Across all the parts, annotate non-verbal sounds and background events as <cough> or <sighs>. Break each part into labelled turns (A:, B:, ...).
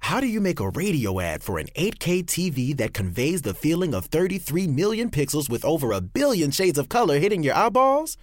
A: How do you make a radio ad for an 8K TV that conveys the feeling of 33 million pixels with over a billion shades of color hitting your eyeballs?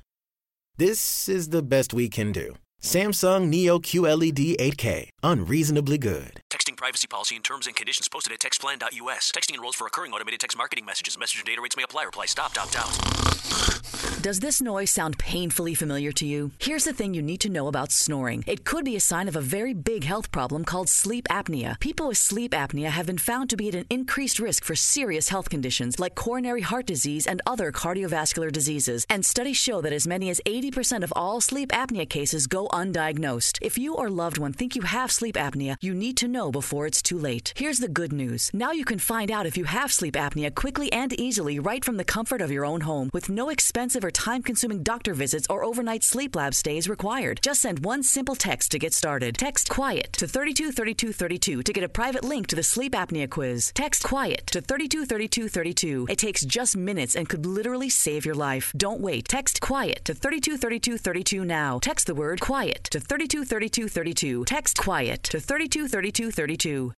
A: This is the best we can do. Samsung Neo E QLED 8K, unreasonably good.
B: Texting privacy policy and terms and conditions posted at textplan.us. Texting enrolls for recurring automated text marketing messages. Message and data rates may apply. Reply stop, opt out.
C: Does this noise sound painfully familiar to you? Here's the thing you need to know about snoring. It could be a sign of a very big health problem called sleep apnea. People with sleep apnea have been found to be at an increased risk for serious health conditions like coronary heart disease and other cardiovascular diseases. And studies show that as many as 80% of all sleep apnea cases go undiagnosed. If you or loved one think you have sleep apnea, you need to know before it's too late. Here's the good news. Now you can find out if you have sleep apnea quickly and easily right from the comfort of your own home with no expensive or time consuming doctor visits or overnight sleep lab stays required. Just send one simple text to get started. Text QUIET to 323232 to get a private link to the sleep apnea quiz. Text QUIET to 323232. It takes just minutes and could literally save your life. Don't wait. Text QUIET to 323232 now. Text the word QUIET to 323232. Text QUIET to 323232.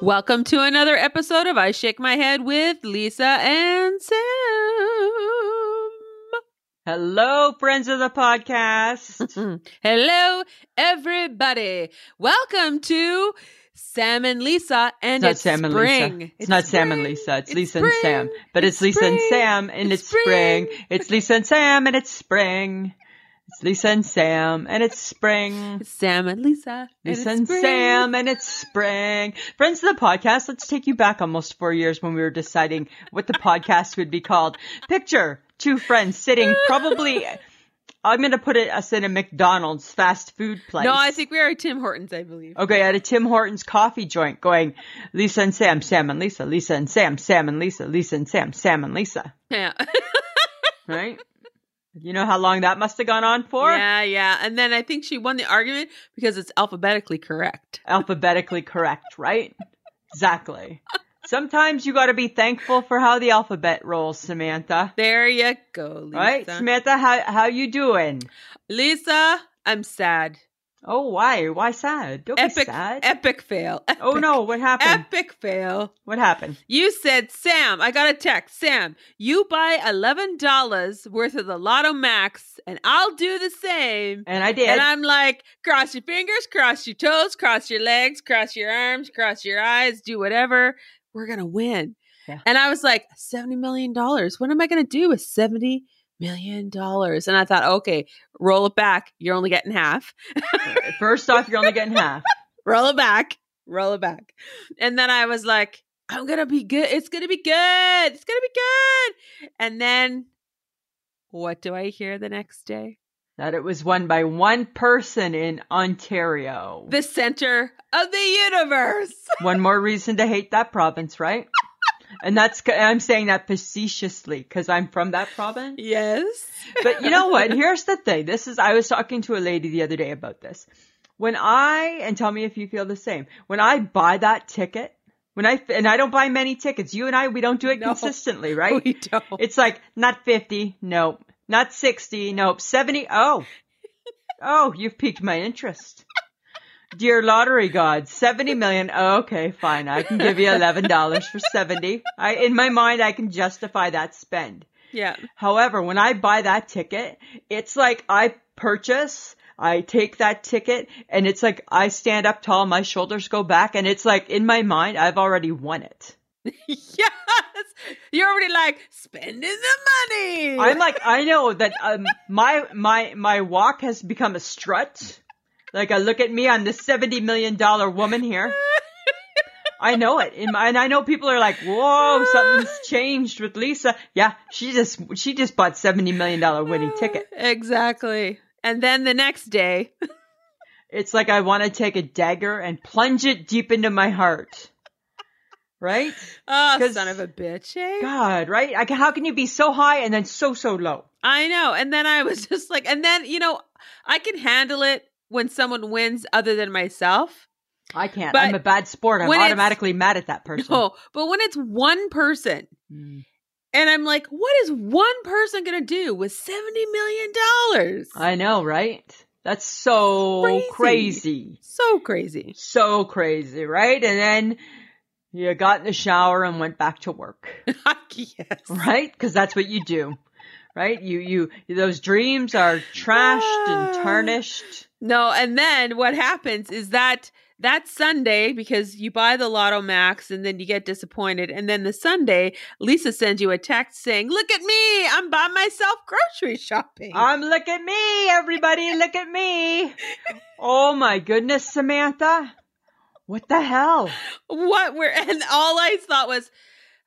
D: Welcome to another episode of I Shake My Head with Lisa and Sam.
E: Hello, friends of
D: <laughs>
E: the podcast.
D: Hello, everybody. Welcome to Sam and Lisa and
E: not
D: it's
E: Sam and
D: spring.
E: Lisa. It's, not Sam and
D: spring.
E: Lisa. It's,
D: It's
E: Lisa and
D: spring.
E: Sam. But it's,
D: It's
E: Lisa and
D: spring.
E: Sam and
D: It's
E: it's spring.
D: spring.
E: It's Lisa and Sam and it's spring. It's Lisa and Sam and it's spring.
D: It's Sam and Lisa. and
E: Lisa
D: it's
E: and
D: spring.
E: Sam and it's spring. Friends of the podcast, let's take you back almost four years when we were deciding what the podcast would be called. Picture two friends sitting
D: <laughs>
E: probably, I'm going to put it us in a McDonald's fast food place.
D: No, I think we are at Tim Hortons, I believe.
E: Okay, at a Tim Hortons coffee joint going, Lisa and Sam, Sam and Lisa, Lisa and Sam, Sam and Lisa, Lisa and Sam, Sam and Lisa.
D: Yeah. <laughs>
E: Right? you know how long that must have gone on for?
D: yeah, yeah. And then I think she won the argument because it's alphabetically correct.
E: Alphabetically correct, right? Exactly. Sometimes you gotta be thankful for how the alphabet rolls, Samantha.
D: There you go, Lisa.
E: Right? Samantha, how how you doing?
D: Lisa, I'm sad.
E: Oh why? Why sad? Don't be
D: epic,
E: sad.
D: epic fail.
E: oh
D: Epic-
E: no, what happened?
D: Epic fail.
E: what happened?
D: You said, Sam, I got a text. Sam, you buy $11 worth of the Lotto Max, and I'll do the same.
E: And I did.
D: And I'm like, cross your fingers, cross your toes, cross your legs, cross your arms, cross your eyes, do whatever. We're going to win.
E: Yeah.
D: And I was like, $70 million. What am I going to do with $70 million? And I thought, okay, roll it back. You're only getting half
E: First off, you're only getting half.
D: roll it back, roll it back. And then I was like, I'm gonna be good. It's gonna be good. It's gonna be good. And then what do I hear the next day?
E: that it was won by one person in Ontario.
D: The center of the universe. <laughs>
E: one more reason to hate that province, right? and that's c- I'm saying that facetiously because I'm from that province.
D: Yes.
E: But you know what? Here's the thing. This is I was talking to a lady the other day about this. When I and tell me if you feel the same. When I buy that ticket, when I and I don't buy many tickets. You and I we don't do it
D: No.
E: consistently,
D: <laughs>
E: right?
D: We don't.
E: <laughs> It's like not 50, nope. Not 60, nope. 70, oh. Oh, you've piqued my interest. Dear lottery god, 70 million. Oh, okay, fine. I can give you $11 for 70. I in my mind I can justify that spend.
D: yeah. <laughs>
E: However, when I buy that ticket, it's like I purchase, I take that ticket, and it's like I stand up tall, my shoulders go back, and it's like in my mind, I've already won it.
D: yes. You're already like spending the money.
E: I'm like, I know that um, my my my walk has become a strut. Like, I look at me, I'm the seventy million dollar woman here. I know it, In my, and I know people are like, "Whoa, something's changed with Lisa." Yeah, she just she just bought seventy million dollar winning ticket.
D: Ah, Exactly. And then the next day, <laughs>
E: It's like I want to take a dagger and plunge it deep into my heart. Right?
D: oh,
E: 'Cause-
D: son of a bitch. eh?
E: God, right? Like, how can you be so high and then so so low?
D: I know. And then I was <laughs> just like, and then, you know, I can handle it when someone wins other than myself. <laughs>
E: I can't.
D: But
E: I'm a bad sport. I'm
D: when it's-
E: automatically mad at that person.
D: No, but when it's one person,
E: Mm.
D: and I'm like, what is one person going to do with $70 million?
E: I know, right? That's so
D: Crazy.
E: crazy.
D: So crazy. <laughs>
E: So crazy, right? And then you got in the shower and went back to work,
D: yes.
E: right? Because that's what you do, right? You, you, those dreams are trashed and tarnished.
D: No, and then what happens is that that Sunday, because you buy the Lotto Max and then you get disappointed, and then the Sunday, Lisa sends you a text saying, Look at me, I'm by myself grocery <laughs> shopping.
E: I'm look at me, everybody, look at me. Oh my goodness, Samantha. What the hell?
D: what were <laughs> and all I thought was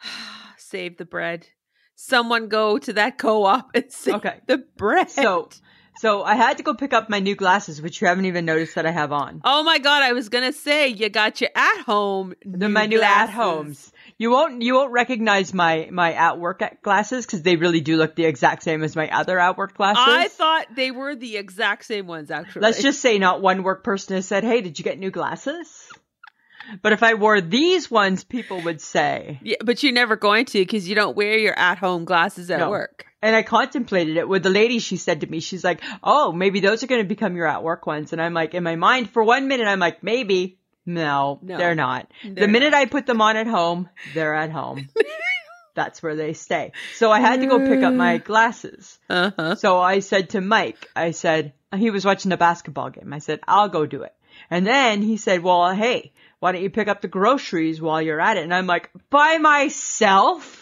D: "Ah, save the bread. Someone go to that co-op and <laughs> save
E: Okay.
D: the bread.
E: So, so I had to go pick up my new glasses, which you haven't even noticed that I have on.
D: Oh my god, I was gonna say you got your at home.
E: They're my new at homes. You won't you won't recognize my my at work at- glasses because they really do look the exact same as my other at work glasses.
D: I thought they were the exact same ones actually.
E: Let's just say not one work person has said, "Hey, did you get new glasses?" But if I wore these ones, people would say.
D: Yeah, but you're never going to because you don't wear your at home glasses at
E: No.
D: work.
E: And I contemplated it with the lady. She said to me, "She's like, oh, maybe those are going to become your at work ones." And I'm like, in my mind, for one minute, I'm like, maybe. No,
D: No,
E: they're not.
D: they're
E: the minute I put them on at home, they're
D: <laughs>
E: at home. That's where they stay. So I had to go pick up
D: Mm.
E: my glasses.
D: Uh huh.
E: So I said to Mike, I said, he was watching a basketball game. I said, I'll go do it. And then he said, well, hey, why don't you pick up the groceries while you're at it? And I'm like, by myself?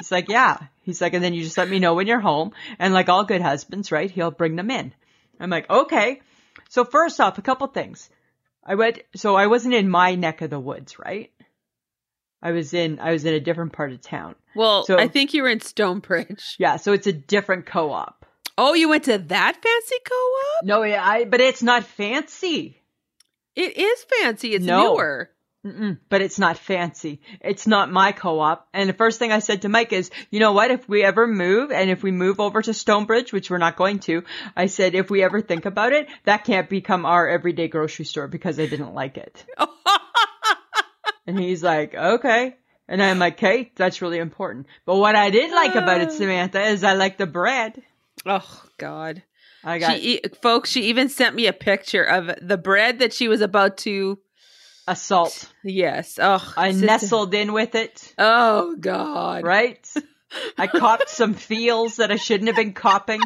E: He's like, yeah. He's like, and then you just let me know when you're home. And like all good husbands, right? He'll bring them in. I'm like, okay. So first off, a couple things. I went, so I wasn't in my neck of the woods, right? I was in, I was in a different part of town.
D: Well,
E: So-
D: I think you were in Stonebridge.
E: Yeah. So it's a different co-op.
D: Oh, you went to that fancy co-op?
E: No, yeah, I. But it's not fancy.
D: It is fancy. It's
E: No.
D: newer.
E: Mm-mm, but it's not fancy. It's not my co-op. And the first thing I said to Mike is, you know what? If we ever move, and if we move over to Stonebridge, which we're not going to, I said, if we ever think about it, that can't become our everyday grocery store because I didn't
D: <laughs>
E: like it. And he's like, okay. And I'm like, okay, that's really important. But what I did like
D: <sighs>
E: about it, Samantha, is I like the bread.
D: oh God.
E: I got
D: she, e- folks. She even sent me a picture of the bread that she was about to.
E: a salt.
D: Yes. Oh,
E: I
D: sister-
E: nestled in with it.
D: Oh God.
E: right?
D: <laughs>
E: I copped some feels that I shouldn't have been copping.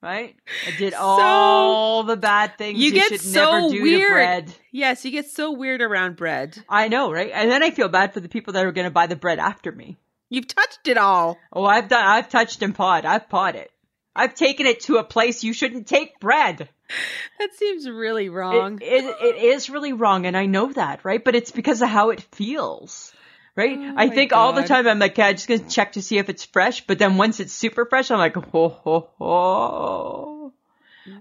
E: Right? I did all the bad things
D: you
E: you,
D: get
E: should
D: so
E: never do
D: weird.
E: to bread.
D: Yes, you get so weird around bread.
E: I know, right? And then I feel bad for the people that are going to buy the bread after me.
D: You've touched it all.
E: Oh, I've done I've touched and pawed. I've pawed it. I've taken it to a place you shouldn't take bread.
D: That seems really wrong.
E: It, it, it is really wrong, and I know that, right? But it's because of how it feels, right? I
D: Oh my
E: think all the
D: God.
E: time I'm like, okay, I'm just gonna check to see if it's fresh, but then once it's super fresh, I'm like, ho ho ho,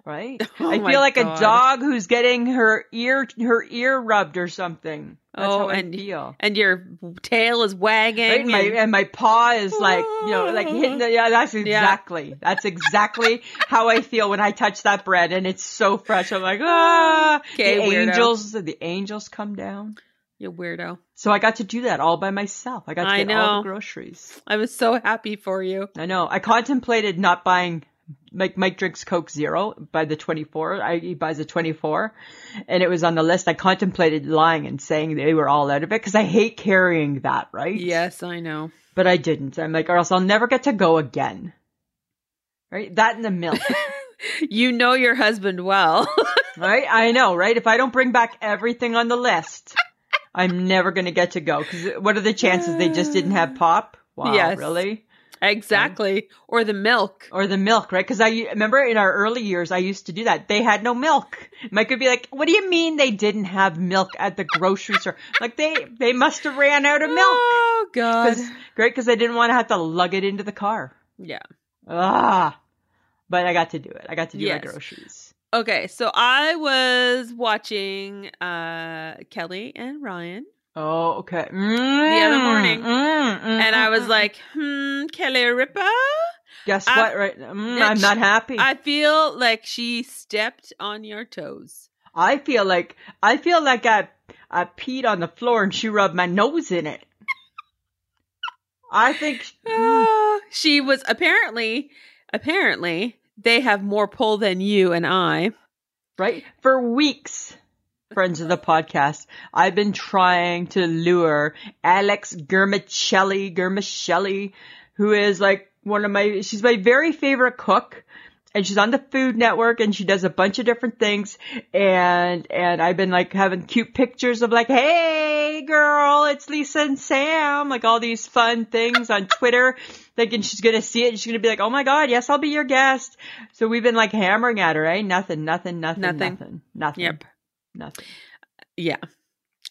E: right?
D: <laughs> Oh
E: I
D: my
E: feel like
D: God.
E: a dog who's getting her ear her ear rubbed or something. That's
D: oh,
E: how I
D: and
E: feel.
D: and your tail is wagging.
E: Right? My, um,
D: and-
E: and my paw is like, you know, like hitting the, yeah, that's exactly, that's exactly how I feel when I touch that bread and it's so fresh. I'm like, ah,
D: Oh, Okay,
E: the
D: weirdo.
E: angels, the angels come down.
D: you weirdo.
E: So I got to do that all by myself. I got to
D: I
E: get all
D: know.
E: the groceries.
D: I was so happy for you.
E: I know. I contemplated not buying. Mike, Mike drinks Coke Zero by the 24. I, he buys a 24 and it was on the list. I contemplated lying and saying they were all out of it because I hate carrying that, right?
D: Yes, I know.
E: but I didn't. I'm like, or else I'll never get to go again. Right? That and
D: <laughs>
E: the milk.
D: You know your husband well. <laughs>
E: right? I know, right? If I don't bring back everything on the list, I'm never going to get to go. Because what are the chances they just didn't have pop? Wow,
D: Yes.
E: really?
D: exactly. Or the milk.
E: Or the milk, right? Because I remember in our early years, I used to do that. They had no milk. Mike would be like, "What do you mean they didn't have milk at the grocery store? Like they they must have ran out of milk."
D: Oh God.
E: 'Cause- great, because I didn't want to have to lug it into the car.
D: Yeah.
E: Ah, but I got to do it. I got to do
D: Yes.
E: my groceries.
D: Okay, so I was watching uh Kelly and Ryan
E: Oh, okay.
D: other morning.
E: Mm, mm, mm,
D: and I
E: mm,
D: was
E: mm.
D: like, "Hmm, Kelly Ripa,
E: guess
D: I-
E: what? Right? Mm,
D: that
E: I'm
D: sh-
E: not happy.
D: I feel like she stepped on your toes."
E: I feel like I feel like I I peed on the floor and she rubbed my nose in it. I think
D: <laughs> Ah, she was apparently, apparently, they have more pull than you and I.
E: right for weeks, friends of the podcast, I've been trying to lure Alex Germicelli, Germicelli, who is like one of my she's my very favorite cook. and she's on the Food Network and she does a bunch of different things and and I've been like having cute pictures of like hey girl it's Lisa and Sam like all these fun things on Twitter thinking she's gonna see it and she's gonna be like oh my god yes I'll be your guest so we've been like hammering at her eh nothing nothing nothing
D: Nothing.
E: nothing nothing nothing,
D: Yep.
E: nothing.
D: Yeah.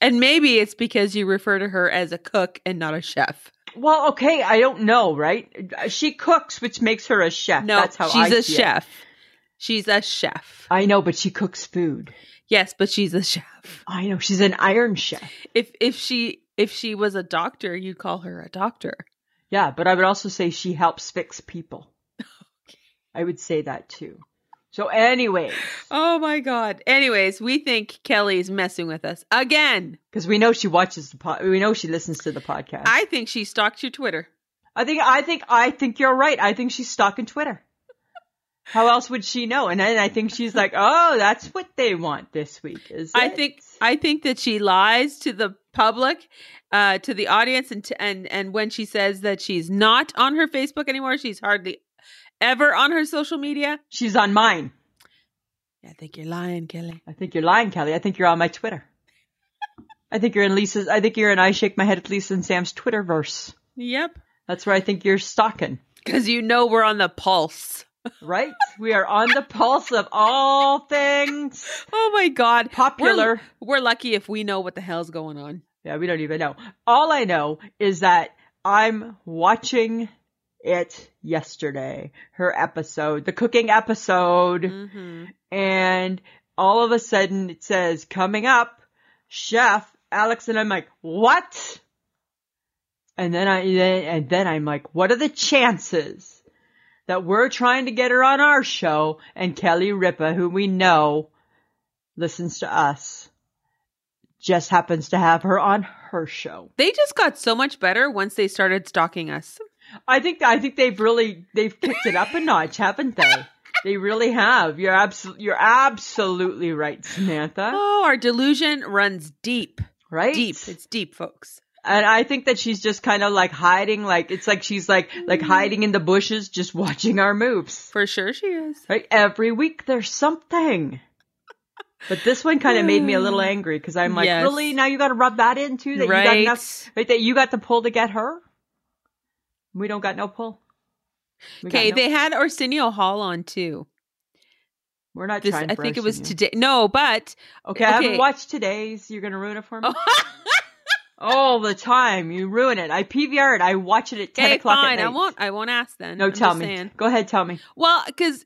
D: And maybe it's because you refer to her as a cook and not a chef.
E: well okay I don't know right she cooks which makes her a chef
D: No,
E: that's how
D: she's
E: I Uh,
D: a
E: see it.
D: chef. She's a chef.
E: I know but she cooks food
D: Yes, but she's a chef.
E: I know she's an iron chef.
D: If if she if she was a doctor, you'd call her a doctor.
E: Yeah, but I would also say she helps fix
D: <laughs>
E: people. I would say that too. So
D: <sighs>
E: anyway,
D: Oh my god. Anyways, we think Kelly's messing with us again.
E: because we know she watches the pod, we know she listens to the podcast. I,
D: I think she stalked your Twitter.
E: think, I think, I think you're right. I think she's stalking Twitter. How else would she know? And then I think she's like, "Oh, that's what they want this week." Is
D: I
E: it?
D: think I think that she lies to the public, uh, to the audience, and to, and and when she says that she's not on her Facebook anymore, she's hardly ever on her social media.
E: she's on mine?
D: I think you're lying, Kelly.
E: I think you're lying, Kelly. I think you're on my Twitter. I think you're in Lisa's. I think you're in. I shake my head at Lisa and Sam's Twitter verse.
D: Yep,
E: That's where I think you're stalking.
D: because you know we're on the pulse.
E: Right? We are on the pulse of all things.
D: Oh my God,
E: Popular.
D: We're, we're lucky if we know what the hell's going on.
E: Yeah, we don't even know. All I know is that I'm watching it yesterday, her episode, the cooking episode, and all of a sudden it says, coming up, chef Alex, and I'm like, what? And then I, and then I'm like, what are the chances that we're trying to get her on our show and Kelly Ripa, who we know listens to us, just happens to have her on her show.
D: They just got so much better once they started stalking us.
E: I think, I think they've really, they've kicked it up a notch, haven't they? They really have. You're absolutely, you're absolutely right, Samantha.
D: Oh, our delusion runs deep,
E: Right?
D: deep. It's deep, folks.
E: And I think that she's just kind of like hiding, like, it's like she's like, like hiding in the bushes, just watching our moves.
D: For sure, she is.
E: Right? Every week there's something. But this one kind of made me
D: <sighs>
E: a little angry because I'm like,
D: Yes.
E: really? Now you got to rub that in too? That you got
D: Right.
E: enough, right? That you got the pull to get her? We don't got no pull. We got
D: Okay,
E: no-
D: they had Arsenio Hall on too.
E: We're not
D: This,
E: trying
D: I
E: for
D: think it
E: us,
D: was
E: Sonia.
D: today. No, but
E: Okay, I haven't
D: okay. <laughs> Oh.
E: watched today's. You're going to ruin it for me? All the time. You ruin it. I PVR it. I watch it at 10
D: okay,
E: o'clock
D: fine.
E: at night.
D: I won't. I won't ask then.
E: No,
D: I'm
E: tell
D: just
E: me.
D: saying.
E: Go ahead, tell me.
D: Well, because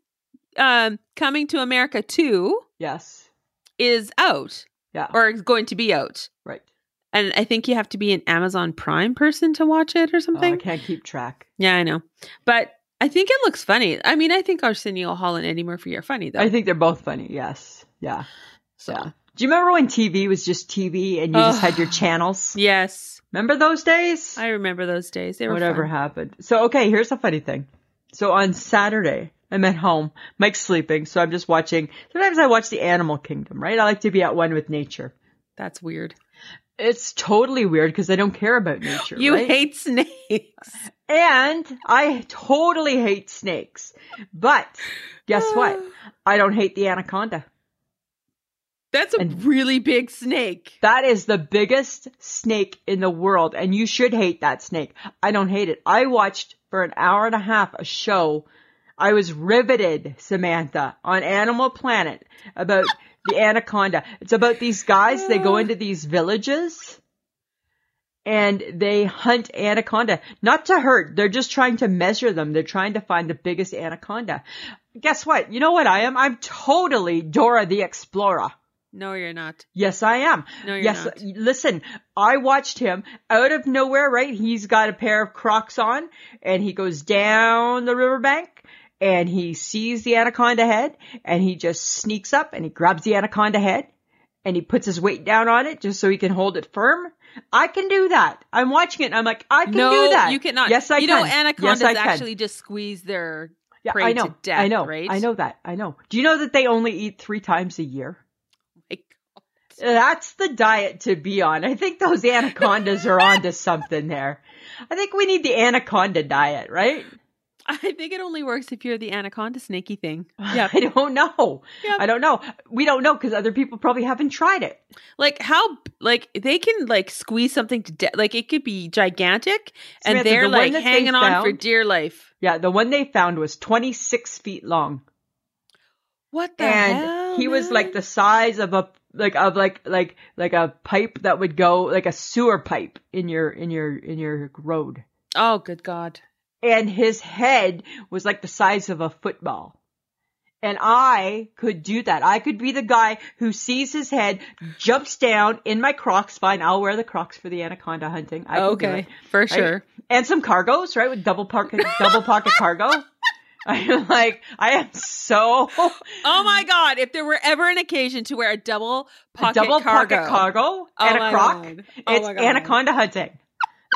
D: um, coming to America two
E: Yes.
D: is out
E: Yeah.
D: or is going to be out,
E: right. Oh,
D: and I think you have to be an Amazon Prime person to watch it or
E: Oh, I
D: something.
E: can't keep track.
D: Yeah, I know, but I think it looks funny. I mean, I think Arsenio Hall and Eddie Murphy are funny though.
E: I think they're both funny. Yes. Yeah.
D: so.
E: Yeah. Do you remember when TV was just TV and you just
D: Ugh.
E: had your channels?
D: Yes,
E: Remember those days?
D: I remember those days. They were
E: Whatever
D: fun.
E: happened. So, okay, here's a funny thing. So on Saturday, I'm at home. Mike's sleeping, so I'm just watching. Sometimes I watch the Animal Kingdom, right? I like to be at one with nature.
D: That's weird.
E: It's totally weird because I don't care about nature.
D: You
E: right?
D: hate snakes.
E: <laughs> And I totally hate snakes. But guess what?
D: <sighs>
E: I don't hate the anaconda.
D: That's a
E: And-
D: really big snake.
E: That is the biggest snake in the world, and you should hate that snake. I don't hate it. I watched for an hour and a half a show. I was riveted, Samantha, on Animal Planet about the anaconda. It's about these guys, they go into these villages and they hunt anaconda. Not to hurt, they're just trying to measure them. They're trying to find the biggest anaconda. Guess what? You know what I am? I'm totally Dora the Explorer.
D: No, you're not.
E: Yes, I am.
D: No, you're
E: yes,
D: not.
E: listen, I watched him out of nowhere, right? He's got a pair of Crocs on and he goes down the riverbank and he sees the anaconda head and he just sneaks up and he grabs the anaconda head and he puts his weight down on it just so he can hold it firm. I can do that. I'm watching it. And I'm like, I can
D: no,
E: do that.
D: you cannot.
E: Yes, I
D: you
E: can.
D: know, anacondas
E: yes, I can.
D: actually just squeeze their
E: yeah,
D: prey
E: I know.
D: to death,
E: I know.
D: right?
E: I know that. I know. Do you know that they only eat three times a year?
D: Like, <laughs>
E: That's the diet to be on. I think those anacondas are onto something there. I think we need the anaconda diet, right?
D: I think it only works if you're the anaconda snaky thing.
E: <laughs>
D: Yeah.
E: I don't know.
D: Yeah.
E: I don't know. We don't know because other people probably haven't tried it.
D: like how like they can like squeeze something to death. Like it could be gigantic and
E: Samantha,
D: they're
E: the one
D: like
E: that they
D: hanging on for
E: found-
D: dear life.
E: Yeah, the one they found was 26 feet long,
D: What the
E: and
D: hell?
E: he was like the
D: man?
E: size of a like of like like like a pipe that would go like a sewer pipe in your in your in your road.
D: Oh good god.
E: and his head was like the size of a football. And I could do that. I could be the guy who sees his head, jumps down in my Crocs. Fine, I'll wear the Crocs for the anaconda hunting. I can do
D: okay.
E: it,
D: For
E: right?
D: sure.
E: And some cargos, right? With double pocket, double pocket cargo. <laughs> I'm like, I am so
D: Oh my god, if there were ever an occasion to wear a double
E: a
D: pocket
E: double
D: cargo.
E: pocket cargo and
D: my
E: a Croc.
D: God. Oh
E: It's
D: my God.
E: anaconda hunting.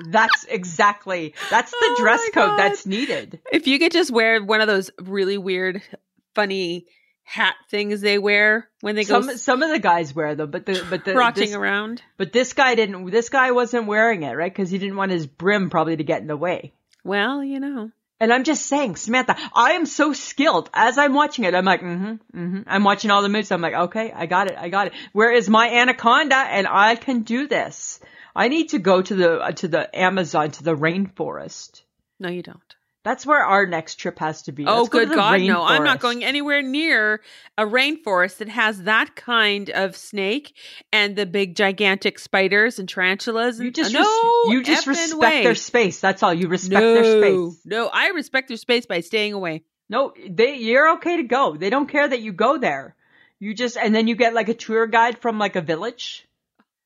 E: That's exactly. That's the
D: Oh
E: dress
D: my
E: code
D: God.
E: that's needed.
D: If you could just wear one of those really weird funny hat things they wear when they go
E: some
D: s-
E: some of the guys wear them, but the but the
D: trotting
E: this,
D: around.
E: But this guy didn't. This guy wasn't wearing it, right? Because he didn't want his brim probably to get in the way.
D: Well, you know.
E: And I'm just saying, Samantha, I am so skilled. As I'm watching it, I'm like, mm-hmm, mm-hmm. I'm watching all the moves. I'm like, okay, I got it, I got it. Where is my anaconda? And I can do this. I need to go to the to the Amazon to the rainforest.
D: No, you don't.
E: That's where our next trip has to be.
D: Oh,
E: Let's go to
D: good
E: the
D: God, no. I'm
E: rainforest.
D: not going anywhere near a rainforest that has that kind of snake and the big gigantic spiders and tarantulas. And,
E: You just
D: no,
E: res- you just
D: effing
E: respect
D: way.
E: their space. That's all. You respect
D: no,
E: their space.
D: No, I respect their space by staying away. <laughs>
E: No, they you're okay to go. They don't care that you go there. You just and then you get like a tour guide from like a village.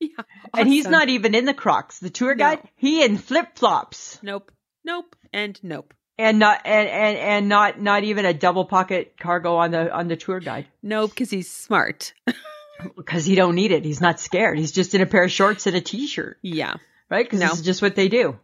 D: Yeah,
E: And he's
D: awesome.
E: not even in the Crocs. The tour
D: No.
E: guide, he in flip flops
D: Nope, nope, and nope.
E: and not and, and and not not even a double pocket cargo on the on the tour guide
D: Nope, because he's smart. <laughs>
E: because he don't need it. He's not scared. He's just in a pair of shorts and a t-shirt,
D: yeah.
E: right? Because
D: No.
E: this is just what they do.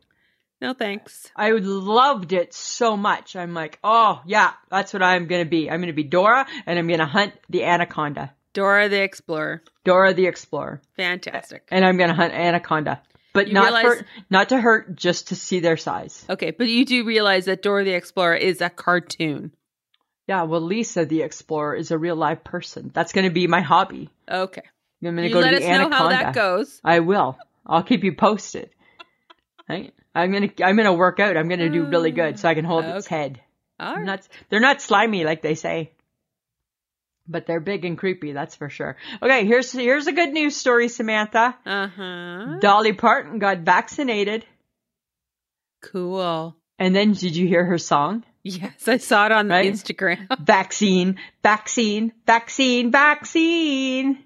D: No thanks.
E: I loved it so much. I'm like, oh yeah, that's what I'm gonna be. I'm gonna be Dora, and I'm gonna hunt the anaconda,
D: Dora the Explorer.
E: Dora the explorer.
D: Fantastic.
E: and I'm gonna hunt anaconda, but
D: You
E: not
D: realize-
E: for not to hurt, just to see their size.
D: Okay, but you do realize that Dora the Explorer is a cartoon.
E: Yeah, well, Lisa the explorer is a real live person. That's gonna be my hobby.
D: Okay.
E: I'm gonna
D: You
E: go
D: let
E: to
D: us
E: the
D: know
E: anaconda.
D: how that goes.
E: I will. I'll keep you posted. Right? I'm gonna I'm gonna work out. I'm gonna do really good so I can hold its
D: Okay.
E: head.
D: All
E: I'm
D: right.
E: not- they're not slimy like they say. But they're big and creepy, that's for sure. Okay, here's here's a good news story, Samantha.
D: Uh huh.
E: Dolly Parton got vaccinated,
D: Cool.
E: and then did you hear her song?
D: Yes, I saw it on
E: Right?
D: Instagram.
E: vaccine, vaccine, vaccine, vaccine.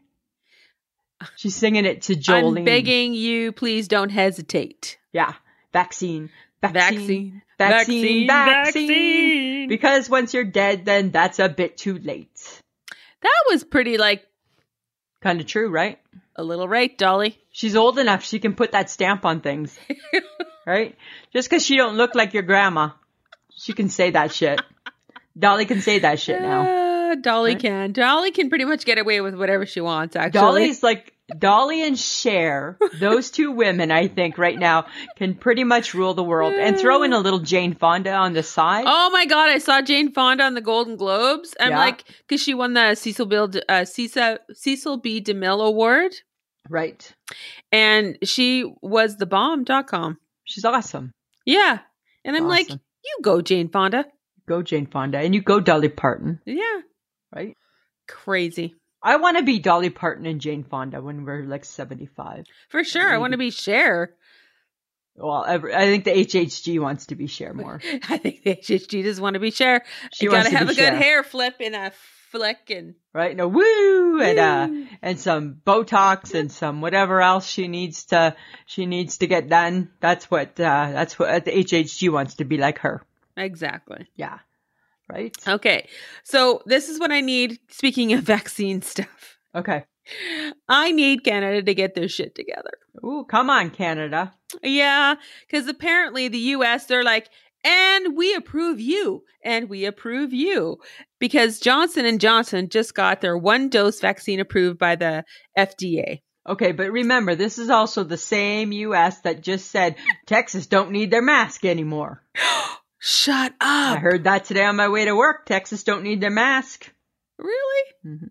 E: She's singing it to Jolene.
D: I'm begging you, please don't hesitate.
E: Yeah, vaccine, vaccine,
D: Vaccine,
E: vaccine, vaccine.
D: vaccine, vaccine.
E: Because once you're dead, then that's a bit too late.
D: That was pretty, like,
E: Kind of true, right?
D: a little right, Dolly.
E: She's old enough; she can put that stamp on things,
D: <laughs>
E: right? Just because she don't look like your grandma, she can say that shit. Dolly can say that shit now.
D: Uh, Dolly can. Dolly can pretty much get away with whatever she wants, actually.
E: Dolly's like Dolly and Cher, those two women, I think, right now can pretty much rule the world. And throw in a little Jane Fonda on the side.
D: Oh my God! I saw Jane Fonda on the Golden Globes. I'm
E: Yeah.
D: like, because she won the Cecil Bill, uh, Cecil Cecil B. DeMille Award,
E: Right.
D: and she was the bomb.com.
E: She's awesome.
D: Yeah, and I'm like,
E: Awesome.
D: you go, Jane Fonda.
E: Go Jane Fonda. And you go Dolly Parton,
D: Yeah,
E: right?
D: crazy.
E: I want to be Dolly Parton and Jane Fonda when we're like 75.
D: For sure. I want to be Cher. <laughs>
E: Well, every, I think the HHG wants to be Cher more.
D: I think the HHG does want to be Cher.
E: She
D: you
E: wants
D: gotta
E: to
D: have
E: be
D: a good
E: Cher.
D: hair flip and a flick and
E: Right? No, woo! And,
D: Woo.
E: uh, and some Botox and some whatever else she needs to, she needs to get done. That's what, uh, that's what the HHG wants to be like her.
D: exactly.
E: Yeah. right?
D: Okay. So this is what I need. Speaking of <laughs> vaccine stuff,
E: Okay.
D: I need Canada to get their shit together.
E: Ooh, come on, Canada.
D: Yeah, because apparently the US, they're like, and we approve you, and we approve you, because Johnson and Johnson just got their one dose vaccine approved by the FDA.
E: Okay, but remember, this is also the same U.S. that just said Texas don't need their mask anymore.
D: Shut
E: <gasps> I
D: up!
E: heard that today on my way to work. Texas don't need their mask.
D: Really?
E: Mhm.
D: Mm-hmm.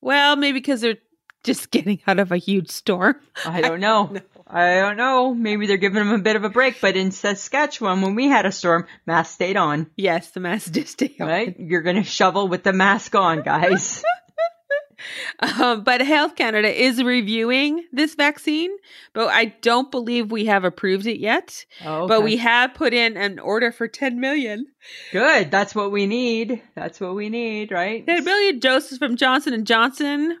D: Well, maybe because they're just <laughs> getting out of a huge storm.
E: <laughs> I don't know. I don't know. Maybe they're giving them a bit of a break, but in Saskatchewan, when we had a storm, mask stayed on.
D: Yes, the mask did stay on.
E: Right? You're gonna shovel with the mask on, <laughs> guys.
D: <laughs> Um, but Health Canada is reviewing this vaccine, but I don't believe we have approved it yet.
E: Oh,
D: But
E: okay.
D: we have put in an order for 10 million.
E: good. That's what we need. That's what we need, right?
D: 10 million doses from Johnson and Johnson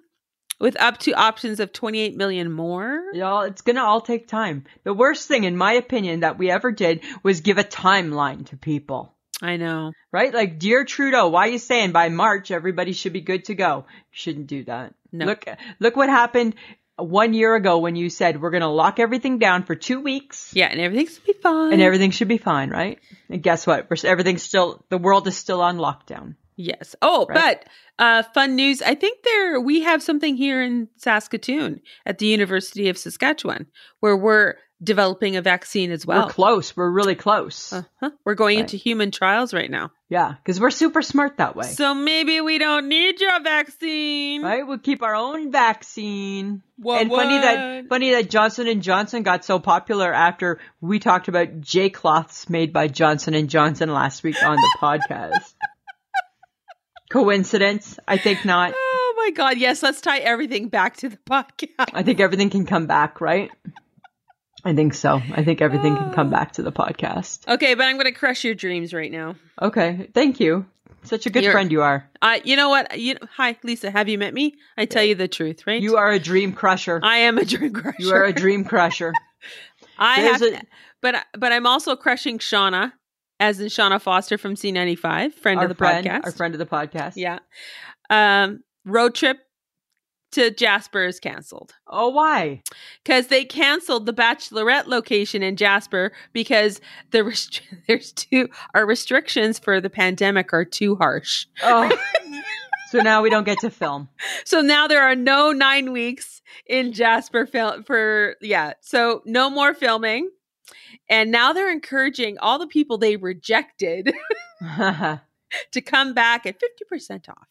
D: with up to options of 28 million more.
E: Y'all, it's gonna all take time. The worst thing, in my opinion, that we ever did was give a timeline to people.
D: I know.
E: Right? Like, dear Trudeau, why are you saying by March everybody should be good to go? You shouldn't do that.
D: No.
E: Look, look what happened one year ago when you said we're going to lock everything down for two weeks
D: Yeah, and everything's gonna be fine.
E: and everything should be fine, right? And guess what? We're, everything's still, the world is still on lockdown.
D: yes. Oh,
E: Right.
D: but uh, fun news. I think there we have something here in Saskatoon at the University of Saskatchewan where we're developing a vaccine as well.
E: We're close. We're really close.
D: Uh-huh. We're going
E: Right.
D: into human trials right now.
E: Yeah. Cause we're super smart that way.
D: So maybe we don't need your vaccine.
E: Right, we'll keep our own vaccine.
D: What
E: and funny that
D: would?
E: funny that Johnson and Johnson got so popular after we talked about J cloths made by Johnson and Johnson last week on the
D: <laughs>
E: podcast. Coincidence? I think not.
D: Oh my God. Yes, let's tie everything back to the <laughs> podcast.
E: I think everything can come back, right? I think so. I think everything can come back to the podcast.
D: Okay, but I'm going to crush your dreams right now.
E: Okay, thank you. Such a good
D: You're-
E: friend you are.
D: Uh, you know what? You hi, Lisa. Have you met me? I tell you the truth, right?
E: You are a dream crusher.
D: I am a dream <laughs> crusher.
E: You are a dream crusher.
D: I
E: There's
D: have,
E: a-
D: but but I'm also crushing Shauna, as in Shauna Foster from C95, friend
E: our
D: of the
E: friend,
D: podcast.
E: our friend of the podcast.
D: Yeah. Um, road trip to Jasper is canceled
E: Oh, why?
D: because they canceled the Bachelorette location in Jasper because the rest- <laughs> there's too our restrictions for the pandemic are too harsh.
E: Oh. <laughs> so now we don't get to film. <laughs>
D: So now there are no nine weeks in Jasper film for yeah. So no more filming, and now they're encouraging all the people they rejected <laughs>
E: and
D: to come back at fifty percent off.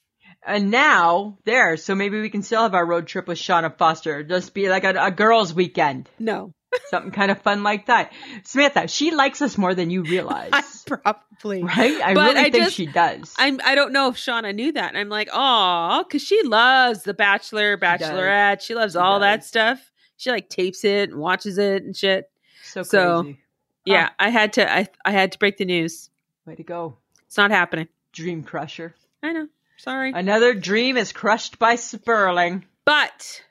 E: now there, so maybe we can still have our road trip with Shauna Foster. Just be like a, a girls' weekend,
D: No,
E: something kind of fun like that. Samantha, she likes us more than you realize,
D: <laughs> I probably.
E: right? I
D: But
E: really
D: I
E: think
D: just-
E: she does.
D: I'm. I don't know if Shauna knew that. And I'm like, oh, because she loves The Bachelor,
E: does.
D: Bachelorette. She, loves
E: She
D: all that
E: does.
D: stuff. She like tapes it and watches it and shit.
E: so crazy.
D: so-
E: Oh.
D: Yeah, I had to. I I had to break the news.
E: Way to go,
D: It's not happening.
E: dream crusher.
D: I know. Sorry.
E: Another dream is crushed by Sperling.
D: But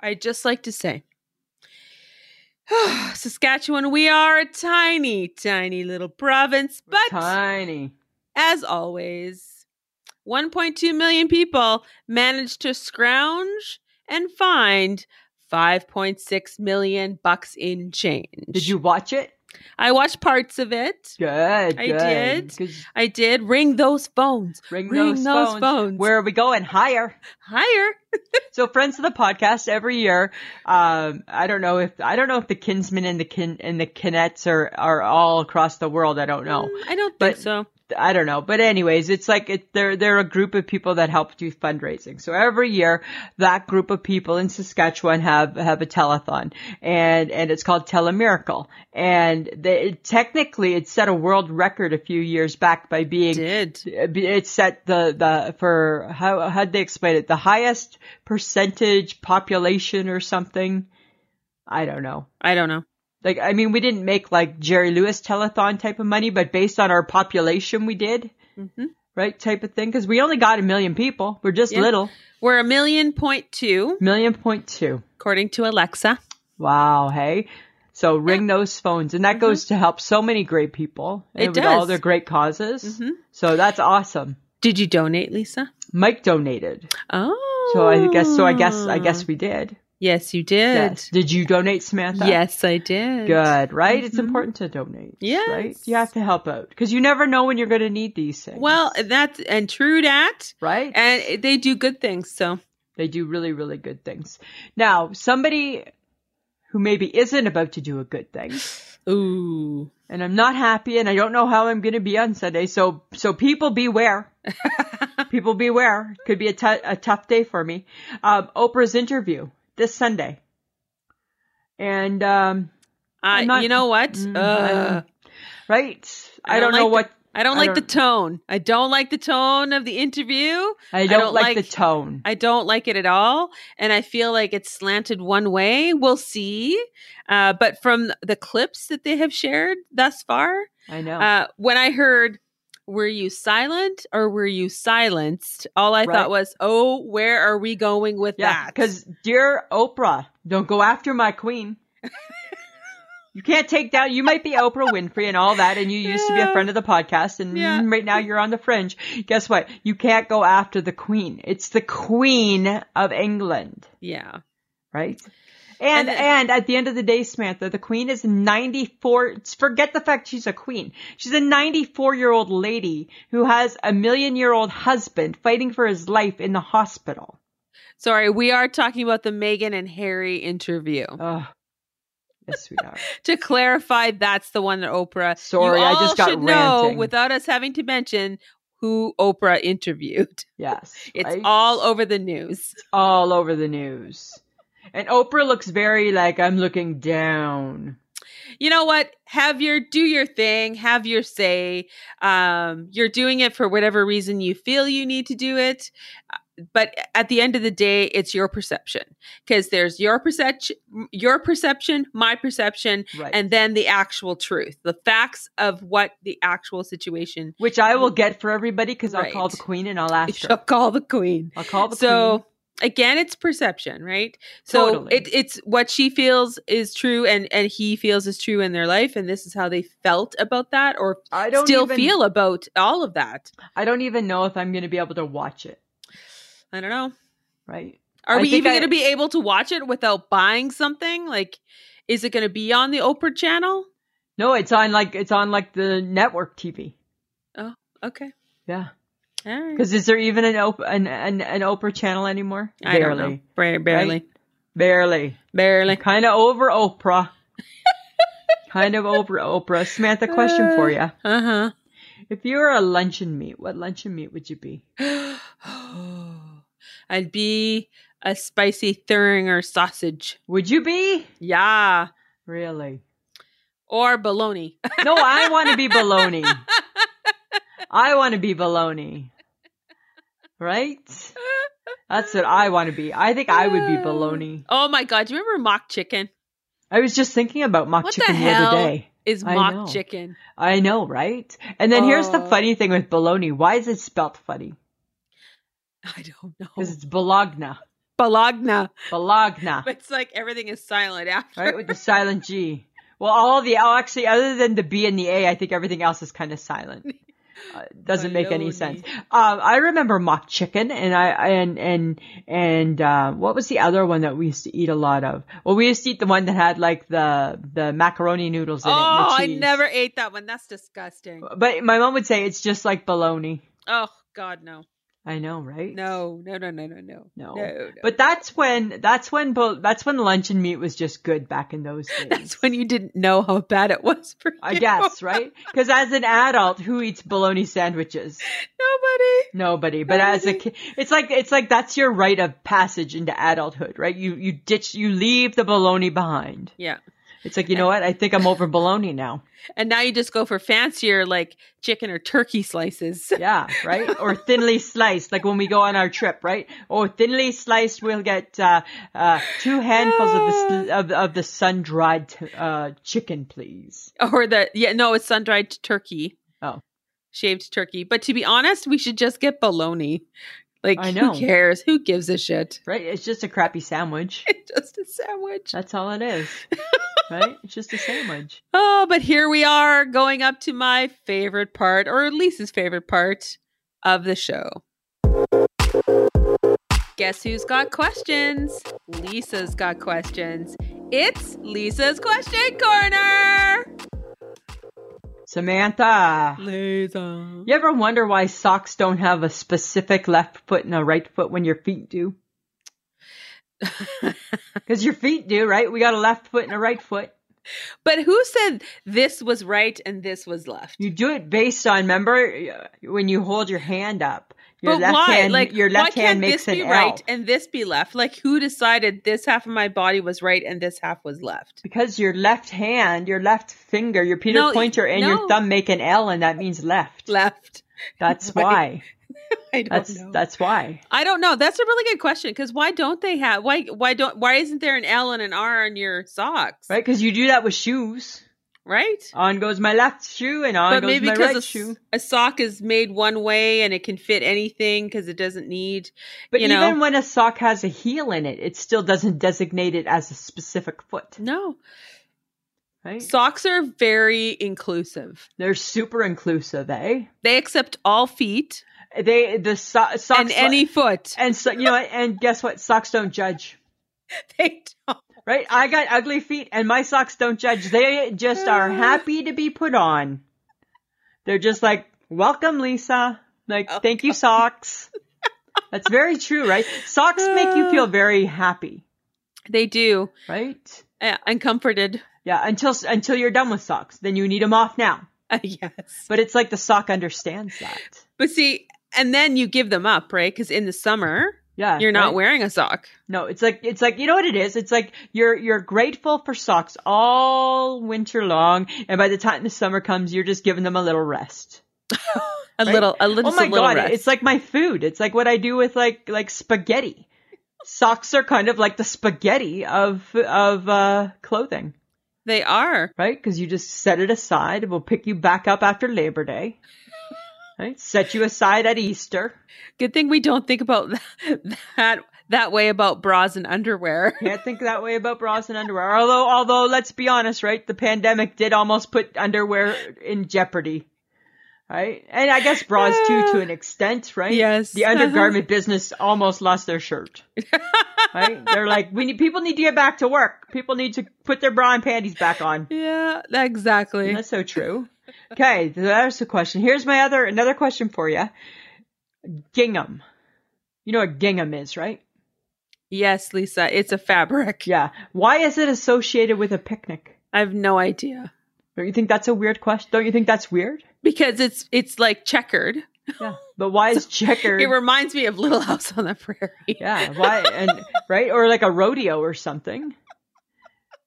D: I'd just like to say, <sighs> Saskatchewan, we are a tiny, tiny little province, but
E: Tiny.
D: as always, 1.2 million people managed to scrounge and find 5.6 million bucks in change.
E: Did you watch it?
D: I watched parts of it.
E: Good.
D: I
E: good.
D: did.
E: Good.
D: I did ring those phones.
E: Ring,
D: Ring
E: those,
D: those
E: phones.
D: phones.
E: Where are we going? Higher.
D: Higher.
E: <laughs> So friends of the podcast every year, um, I don't know if I don't know if the kinsmen and the kin and the kinets are are all across the world. I don't know.
D: Mm, I don't think
E: But-
D: so.
E: I don't know. But anyways, it's like it, they're they're a group of people that help do fundraising. So every year, that group of people in Saskatchewan have have a telethon, and and it's called Telemiracle. And they, technically, it set a world record a few years back by being
D: Did.
E: it set the the for how how'd they explain it the highest percentage population or something i don't know
D: I don't know.
E: like i mean we didn't make like jerry lewis telethon type of money but based on our population we did right type of thing because we only got a million people we're just
D: Mm-hmm. Yeah.
E: little
D: We're a million point two,
E: million point two
D: according to Alexa.
E: wow hey So ring those phones, and that goes to help so many great people
D: Mm-hmm. It
E: with all
D: does. Mm-hmm.
E: their great causes. So that's awesome.
D: Did you donate, Lisa?
E: Mike donated,
D: Oh.
E: so I guess so. I guess I
D: Hmm.
E: guess we did.
D: Yes, you did.
E: Yes.
D: Yes,
E: Did you donate, Samantha?
D: I did.
E: Good, right? It's important to donate.
D: Mm-hmm. Yes.
E: Right? You have to help out because you never know when you're going to need these things.
D: Well, that's and true that.
E: right?
D: And they do good things. So
E: They do really, really good things. Now, somebody who maybe isn't about to do a good thing,
D: <sighs> ooh.
E: and I'm not happy, and I don't know how I'm going to be on Sunday. So, so people beware.
D: <laughs>
E: people beware. Could be a tou- a tough day for me. Um, Oprah's interview this Sunday, and um,
D: I
E: I'm not-
D: you know what?
E: Mm,
D: uh,
E: right, I, don't,
D: like
E: know
D: the-
E: what.
D: I don't
E: I
D: like
E: don't-
D: the tone. I don't like the tone of the interview.
E: I don't, like, the tone.
D: I don't like it at all, and I feel like it's slanted one way. We'll see, uh, but from the clips that they have shared thus far,
E: I, know.
D: uh, when I heard "Were you silent or were you silenced?" all I
E: Right.
D: thought was, "Oh, where are we going with
E: Yeah,
D: that?"
E: because dear Oprah, don't go after my <laughs> queen. you can't take down. You might be Oprah Winfrey and all that, and you used to be a
D: Yeah.
E: friend of the podcast, and
D: Yeah.
E: right now you're on the fringe. Guess what? You can't go after the queen. It's the Queen of England,
D: yeah,
E: right? And
D: And-
E: and at the end of the day, Samantha, the queen is 94. Forget the fact she's a queen. She's a 94 year old lady who has a million year old husband fighting for his life in the hospital.
D: sorry, we are talking about the Meghan and Harry interview.
E: Oh, yes, we
D: <laughs>
E: are.
D: to clarify, that's the one that Oprah.
E: Sorry,
D: you
E: I
D: all
E: just got
D: should
E: ranting.
D: know without us having to mention who Oprah <laughs> interviewed.
E: Yes.
D: It's
E: right?
D: all over the news.
E: all over the news. And Oprah looks very like I'm looking down.
D: you know what have your do your thing have your say um you're doing it for whatever reason you feel you need to do it Uh, but at the end of the day it's your perception because there's your perception your perception my perception
E: Right.
D: and then the actual truth the facts of what the actual situation
E: which I will get for everybody because I'll call
D: Right.
E: the queen and I'll ask
D: shall
E: her.
D: call the queen
E: I'll call the
D: so
E: queen.
D: again it's perception right so
E: Totally.
D: it, it's what she feels is true and and he feels is true in their life and this is how they felt about that or
E: I don't
D: still
E: even,
D: feel about all of that
E: I don't even know if I'm going to be able to watch it.
D: i don't know
E: Right.
D: are
E: I
D: we
E: think
D: even
E: I-
D: going to be able to watch it without buying something like is it going to be on the oprah channel
E: No, it's on like it's on like the network TV.
D: okay
E: Yeah.
D: all right
E: Because is there even an, Op- an an an Oprah channel anymore?
D: i don't know Bar- barely
E: Barely.
D: barely
E: Kind of over Oprah. <laughs> kind of over Oprah. Samantha, question for
D: <sighs>
E: you.
D: uh-huh <gasps>
E: If you were a luncheon meat, what luncheon meat would you be?
D: i'd be a spicy thuringer sausage
E: Would you be?
D: yeah
E: Really?
D: or bologna
E: No, I want to
D: <laughs>
E: be baloney. I want to be baloney. Right? That's what I want to be. I think I would be baloney.
D: oh my god do you remember mock chicken
E: I was just thinking about mock
D: What the
E: chicken the, other
D: hell?
E: day.
D: is
E: I
D: mock
E: know.
D: chicken
E: I know, right? And then here's the
D: Oh.
E: funny thing with bologna. Why is it spelt funny?
D: i don't know
E: Because it's bologna.
D: bologna
E: Bologna.
D: <laughs> But it's like everything is silent after.
E: right?
D: <laughs>
E: With the silent G. Well, all the oh, actually, other than the B and the A, I think everything else is kind
D: <laughs>
E: of silent. Uh, doesn't make any
D: Baloney.
E: sense. Um, I remember mock chicken, and I and and and uh, what was the other one that we used to eat a lot of? Well, we used to eat the one that had like the the macaroni noodles in it. and the
D: Oh, I
E: cheese.
D: never ate that one. That's disgusting.
E: But my mom would say it's just like bologna.
D: Oh God, no,
E: I know, right?
D: no, no, no, no, no, no, no.
E: No.
D: But
E: But that's when that's when bo- that's when lunch and meat was just good back in those days.
D: <laughs> that's when you didn't know how bad it was for you.
E: I
D: <laughs>
E: guess, right? Because as an adult, who eats bologna sandwiches?
D: Nobody.
E: Nobody. But as a kid, it's like it's like that's your rite of passage into adulthood, right? You you ditch, you leave the bologna behind.
D: Yeah,
E: It's like you know what? I think I'm over bologna now.
D: and now you just go for fancier like chicken or turkey slices. <laughs>
E: Yeah, right. Or thinly sliced, like when we go on our trip, right? Or thinly sliced, we'll get uh, uh, two handfuls of the sl- of, of the sun dried uh, chicken, please.
D: <laughs> Or the yeah, no, it's sun dried turkey.
E: Oh.
D: shaved turkey. But to be honest, we should just get bologna. Like,
E: I know.
D: who cares? Who gives a shit? <laughs>
E: Right? It's just a crappy sandwich.
D: just a sandwich.
E: That's all it is. right? It's just a sandwich.
D: Oh, but here we are going up to my favorite part, or Lisa's favorite part of the show. Guess who's got questions? Lisa's got questions. It's Lisa's Question Corner!
E: Samantha,
D: Lisa.
E: you ever wonder why socks don't have a specific left foot and a right foot when your feet do? Because your feet do, right? We got a left foot and a right foot.
D: But who said this was right and this was left?
E: You do it based on remember uh, when you hold your hand up. Your
D: but
E: left
D: why?
E: hand,
D: like
E: your left
D: why can't
E: hand makes
D: this
E: an
D: be
E: L.
D: right and this be left? Like who decided this half of my body was right and this half was
E: <laughs>
D: left?
E: Because your left hand, your left finger, your Peter
D: No,
E: pointer, and
D: no.
E: your thumb make an L, and that means left.
D: Left. <laughs>
E: That's
D: Right.
E: why.
D: I don't
E: That's
D: know.
E: that's why.
D: I don't know. That's a really good question because why don't they have why why don't why isn't there an L and an R on your socks?
E: Right? Because you do that with shoes.
D: Right?
E: On goes my left shoe, and on
D: But
E: Oh, goes
D: maybe
E: my
D: because
E: right
D: a, s-
E: shoe.
D: a sock is made one way and it can fit anything because it doesn't need.
E: But
D: you
E: even
D: know.
E: when a sock has a heel in it, it still doesn't designate it as a specific foot.
D: No,
E: Right?
D: socks are very inclusive.
E: They're super inclusive, eh?
D: They accept all feet
E: They the so- socks
D: and any foot.
E: <laughs> and so you know what? and guess what? Socks don't judge.
D: They don't.
E: Right? I got ugly feet and my socks don't judge. They just are
D: Mm-hmm.
E: happy to be put on. They're just like, "Welcome, Lisa." Like,
D: Oh.
E: "Thank
D: <laughs>
E: you, socks." That's very true, right? Socks make you
D: Uh.
E: feel very happy,
D: They do.
E: right?
D: Uh, and comforted.
E: Yeah, until until you're done with socks, then you need them off now.
D: Uh, yes.
E: But it's like the sock understands that.
D: But see, and then you give them up, right? Because in the summer,
E: Yeah.
D: you're not
E: right?
D: wearing a sock.
E: No, it's like it's like you know what it is. It's like you're you're grateful for socks all winter long, and by the time the summer comes, you're just giving them a little rest.
D: A
E: Right?
D: little, a little,
E: oh my
D: a little
E: god,
D: rest.
E: it's like my food. It's like what I do with like like spaghetti. Socks are kind of like the spaghetti of of uh, clothing,
D: They are.
E: right? Because you just set it aside. It will pick you back up after Labor Day. Right? Set you aside at Easter.
D: Good thing we don't think about <laughs> that that, that way about bras and underwear. <laughs>
E: Can't think that way about bras and underwear. Although, although, let's be honest, right? The pandemic did almost put underwear in jeopardy, right? And I guess bras too, to an extent, right?
D: Yes.
E: The undergarment business almost lost their shirt,
D: <laughs>
E: right? They're like, we need people need to get back to work. People need to put their bra and panties back on.
D: Yeah, exactly.
E: That's so true. Okay, there's a question. Here's my other another question for you. Gingham. You know what gingham is, right?
D: Yes, Lisa, it's a fabric.
E: Yeah. Why is it associated with a picnic?
D: I have no idea
E: Don't you think that's a weird question? Don't you think that's weird?
D: because it's it's like checkered.
E: Yeah. But why is checkered?
D: It reminds me of Little House on the Prairie.
E: yeah. Why and right or like a rodeo or something,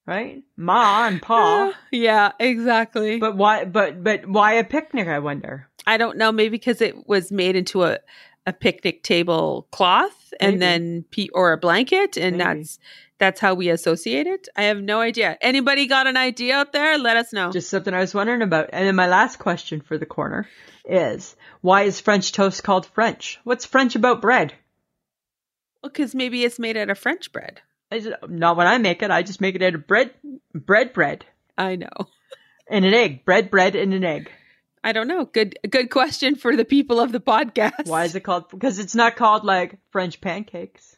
E: right? Ma
D: <sighs>
E: and Pa.
D: <laughs> yeah, exactly.
E: But why? But but why a picnic? I wonder.
D: I don't know, maybe because it was made into a a picnic table cloth
E: Maybe.
D: and then pe- or a blanket and
E: Maybe.
D: that's that's how we associate it. I have no idea. Anybody got an idea out there? Let us know.
E: Just something I was wondering about. And then my last question for the corner is why is French toast called French? What's French about bread?
D: Because maybe it's made out of French bread.
E: I just, not when I make it. I just make it out of bread, bread, bread,
D: I know.
E: and an egg. Bread, bread, and an egg.
D: I don't know. Good good question for the people of the podcast.
E: Why is it called? Because it's not called like French pancakes,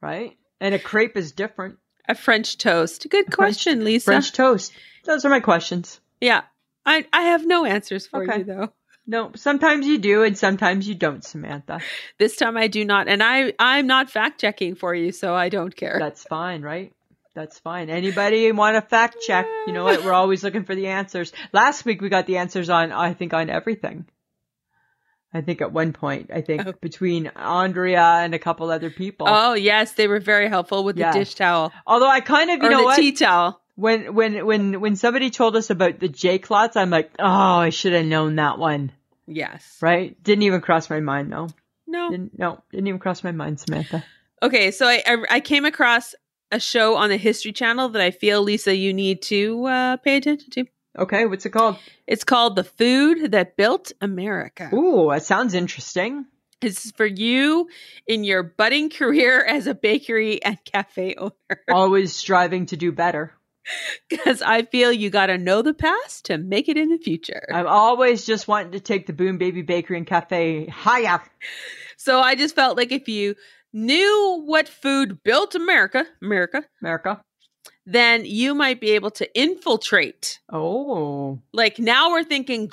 E: right? And a crepe is different.
D: a French toast? Good question, Lisa.
E: French toast. Those are my questions.
D: yeah. I I have no answers for
E: Okay.
D: you though.
E: No, sometimes you do, and sometimes you don't, Samantha.
D: This time I do not and I I'm not fact checking for you, so I don't care.
E: That's fine, right? That's fine. Anybody want to fact check? You know what? We're always looking for the answers. Last week we got the answers on, I think, on everything. I think at one point, I think
D: Oh.
E: between Andrea and a couple other people.
D: Oh yes, they were very helpful with
E: Yeah.
D: the dish towel
E: Although I kind of, you
D: or
E: know
D: the
E: what?
D: tea towel.
E: when when when when somebody told us about the J clots, I'm like, oh, I should have known that one.
D: Yes.
E: Right? Didn't even cross my mind. No,
D: No.
E: didn't, no, didn't even cross my mind, Samantha.
D: Okay, so I, I I came across a show on the History Channel that I feel Lisa you need to uh, pay attention to.
E: Okay, what's it called?
D: It's called The Food That Built America.
E: Ooh, that sounds interesting.
D: This is for you in your budding career as a bakery and cafe owner.
E: Always striving to do better.
D: Because I feel you got to know the past to make it in the future.
E: I'm always just wanting to take the Boom Baby Bakery and Cafe higher.
D: so I just felt like if you knew what food built America, America,
E: America.
D: then you might be able to infiltrate.
E: Oh,
D: Like now we're thinking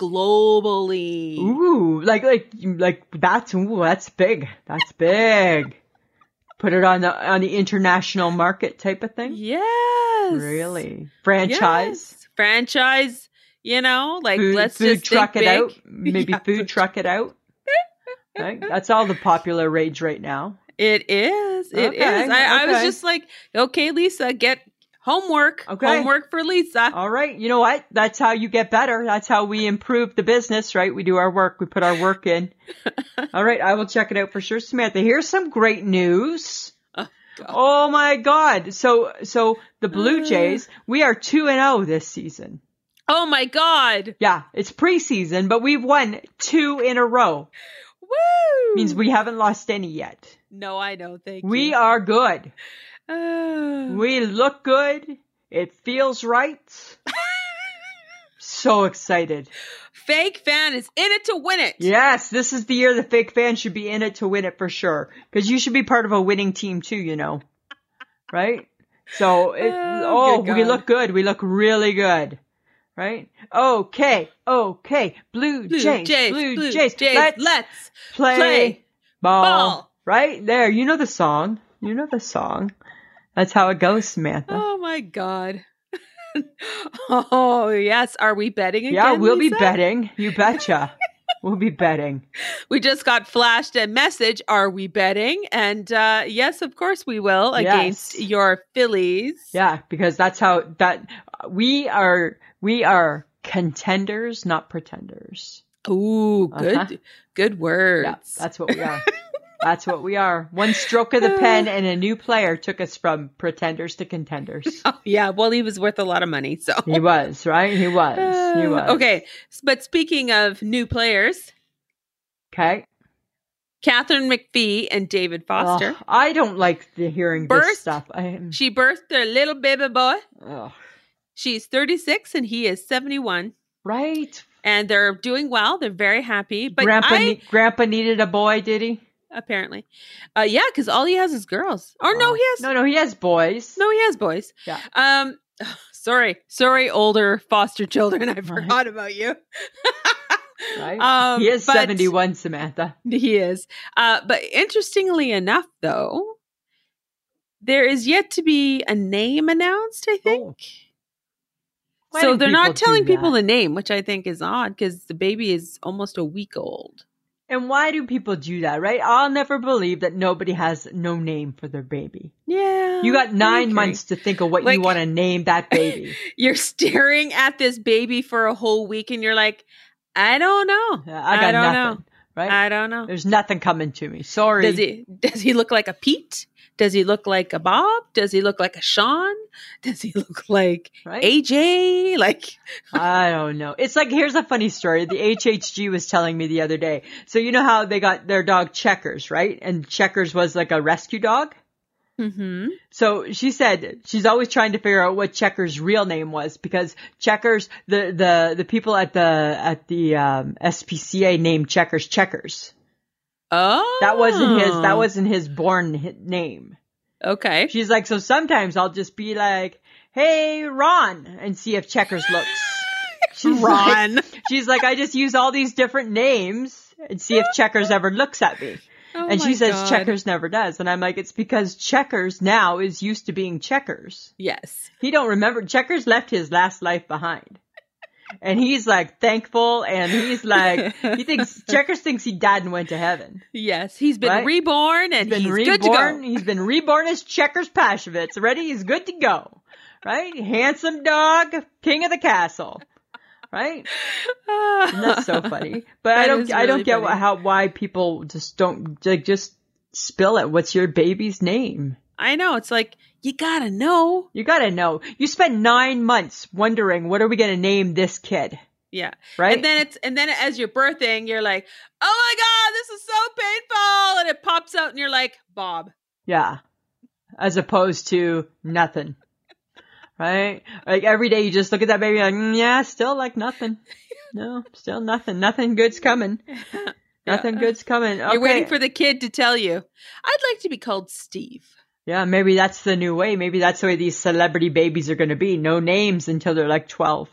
D: globally.
E: ooh, like like like that's ooh, that's big. That's big. Put it on the on the international market type of thing.
D: Yes.
E: Really, franchise.
D: Yes. Franchise, you know, like
E: food,
D: let's
E: food
D: just
E: truck
D: think
E: it out.
D: big. <laughs>
E: Maybe
D: Yeah.
E: food truck it out. Right? That's all the popular rage right now.
D: It is. It is.
E: Okay,
D: I, I was
E: okay.
D: just like, okay, Lisa, get homework.
E: Okay. Oh.
D: Homework for Lisa.
E: All right, you know what? That's how you get better. That's how we improve the business, right? We do our work, we put our
D: <laughs>
E: work in. All right, I will check it out for sure, Samantha. Here's some great news. Oh my God! So, so the
D: Uh.
E: Blue Jays, we are two and zero this season.
D: Oh my God.
E: Yeah, it's preseason, but we've won two in a row.
D: Woo.
E: Means we haven't lost any yet.
D: No, I know. Thank
E: We
D: you.
E: are good.
D: Uh,
E: We look good. It feels <laughs> right. so excited.
D: <sighs> fake fan is in it to win it.
E: Yes, this is the year the fake fans should be in it to win it for sure. Because you should be part of a winning team too, you know. Right? So, it,
D: Oh,
E: oh,
D: good
E: we
D: God.
E: look good. We look really good. Right? Okay, okay. Blue,
D: Blue
E: Jays, Blue, Jays, Let's,
D: let's
E: play,
D: play
E: ball.
D: ball.
E: Right there. You know the song. You know the song. That's how it goes, Samantha.
D: Oh my God. <laughs> oh yes. Are we betting again?
E: Yeah, we'll be
D: Lisa?
E: betting.
D: <laughs>
E: You betcha. we'll be betting.
D: We just got flashed a message. Are we betting? And uh, yes, of course we will against
E: Yes.
D: your Phillies.
E: Yeah, because that's how that we are we are contenders, not pretenders.
D: Ooh, good,
E: Uh-huh.
D: good words.
E: Yeah, that's what we are. that's what we are. One stroke of the pen and a new player took us from pretenders to contenders.
D: <laughs> Oh, yeah. Well, he was worth a lot of money. So <laughs>
E: He was, right? He was. He was.
D: Uh, okay. S- But speaking of new players,
E: Okay.
D: Catherine McPhee and David Foster.
E: Ugh, I don't like the hearing this
D: Burst.
E: stuff. I am
D: She birthed their little baby boy.
E: ugh.
D: She's 36 and he is 71.
E: right.
D: And they're doing well. They're very happy. But
E: Grandpa
D: I,
E: ne- Grandpa needed a boy, did he?
D: apparently, uh, yeah, because all he has is girls. Or no,
E: Oh.
D: he has
E: No, no, he has boys.
D: No, he has boys.
E: Yeah.
D: Um, <sighs> sorry, sorry, older foster children. <laughs> I forgot about you.
E: Right?
D: Um,
E: he is
D: but-
E: 71, Samantha.
D: He is. Uh, but interestingly enough, though, there is yet to be a name announced. I think.
E: Oh, Why
D: Oh. so
E: do
D: they're not
E: people do
D: telling people
E: that?
D: the name, which I think is odd because the baby is almost a week old.
E: And why do people do that, right? I'll never believe that nobody has no name for
D: <gasps>
E: their baby.
D: Yeah.
E: You got nine
D: okay.
E: months to think of what
D: Like-
E: you want to
D: <laughs>
E: name that baby.
D: You're staring at this baby for a whole week and you're like, I don't know.
E: Uh, I got
D: don't
E: nothing,
D: know.
E: right?
D: I don't know.
E: There's nothing coming to me. Sorry.
D: Does he does he look like a Pete? Does he look like a Bob? Does he look like a Sean? Does he <laughs> look like
E: Right?
D: AJ? Like
E: I don't know. It's like here's a funny story. The HHG was telling me the other day. So you know how they got their dog Checkers, right? And Checkers was like a rescue dog.
D: mm-hmm.
E: So she said she's always trying to figure out what Checker's real name was because Checkers, the the the people at the at the um, SPCA named Checkers Checkers.
D: Oh.
E: That wasn't his. That wasn't his born hi- name.
D: Okay.
E: She's like, so sometimes I'll just be like, "Hey, Ron," and see if Checkers looks. She's like-
D: Ron.
E: <laughs> she's like, I just use all these different names and see if Checkers ever looks at me.
D: Oh
E: and she
D: my
E: says
D: God.
E: Checkers never does. And I'm like, it's because Checkers now is used to being Checkers.
D: Yes.
E: He don't remember. Checkers left his last life behind. And he's like thankful and he's like he
D: <laughs>
E: thinks Checkers thinks he died and went to heaven.
D: Yes. He's been
E: Right?
D: reborn and
E: He's
D: he's,
E: been
D: good to <laughs>
E: reborn.
D: go.
E: He's been reborn as Checkers Pashevitz. Ready? He's good to go. Right? Handsome dog, king of the castle. Right? And that's
D: <laughs>
E: so funny. But I
D: That
E: don't
D: is
E: I
D: really
E: don't get
D: funny.
E: wh- how why people just don't like just spill it. What's your baby's name?
D: I know. It's like you gotta know.
E: You got to know. You spent 9 months wondering what are we going to name this kid?
D: Yeah.
E: Right?
D: And then it's and then as you're birthing, you're like, oh my god, this is so painful, and it pops out, and you're like, Bob.
E: Yeah. As opposed to nothing. right? Like every day you just look at that baby like, mm, yeah, still like nothing. No, still nothing. Nothing
D: <laughs>
E: good's coming. Nothing good's coming. Okay.
D: You're waiting for the kid to tell you. I'd like to be called Steve.
E: Yeah, maybe that's the new way. Maybe that's the way these celebrity babies are going to be. No names until they're like 12.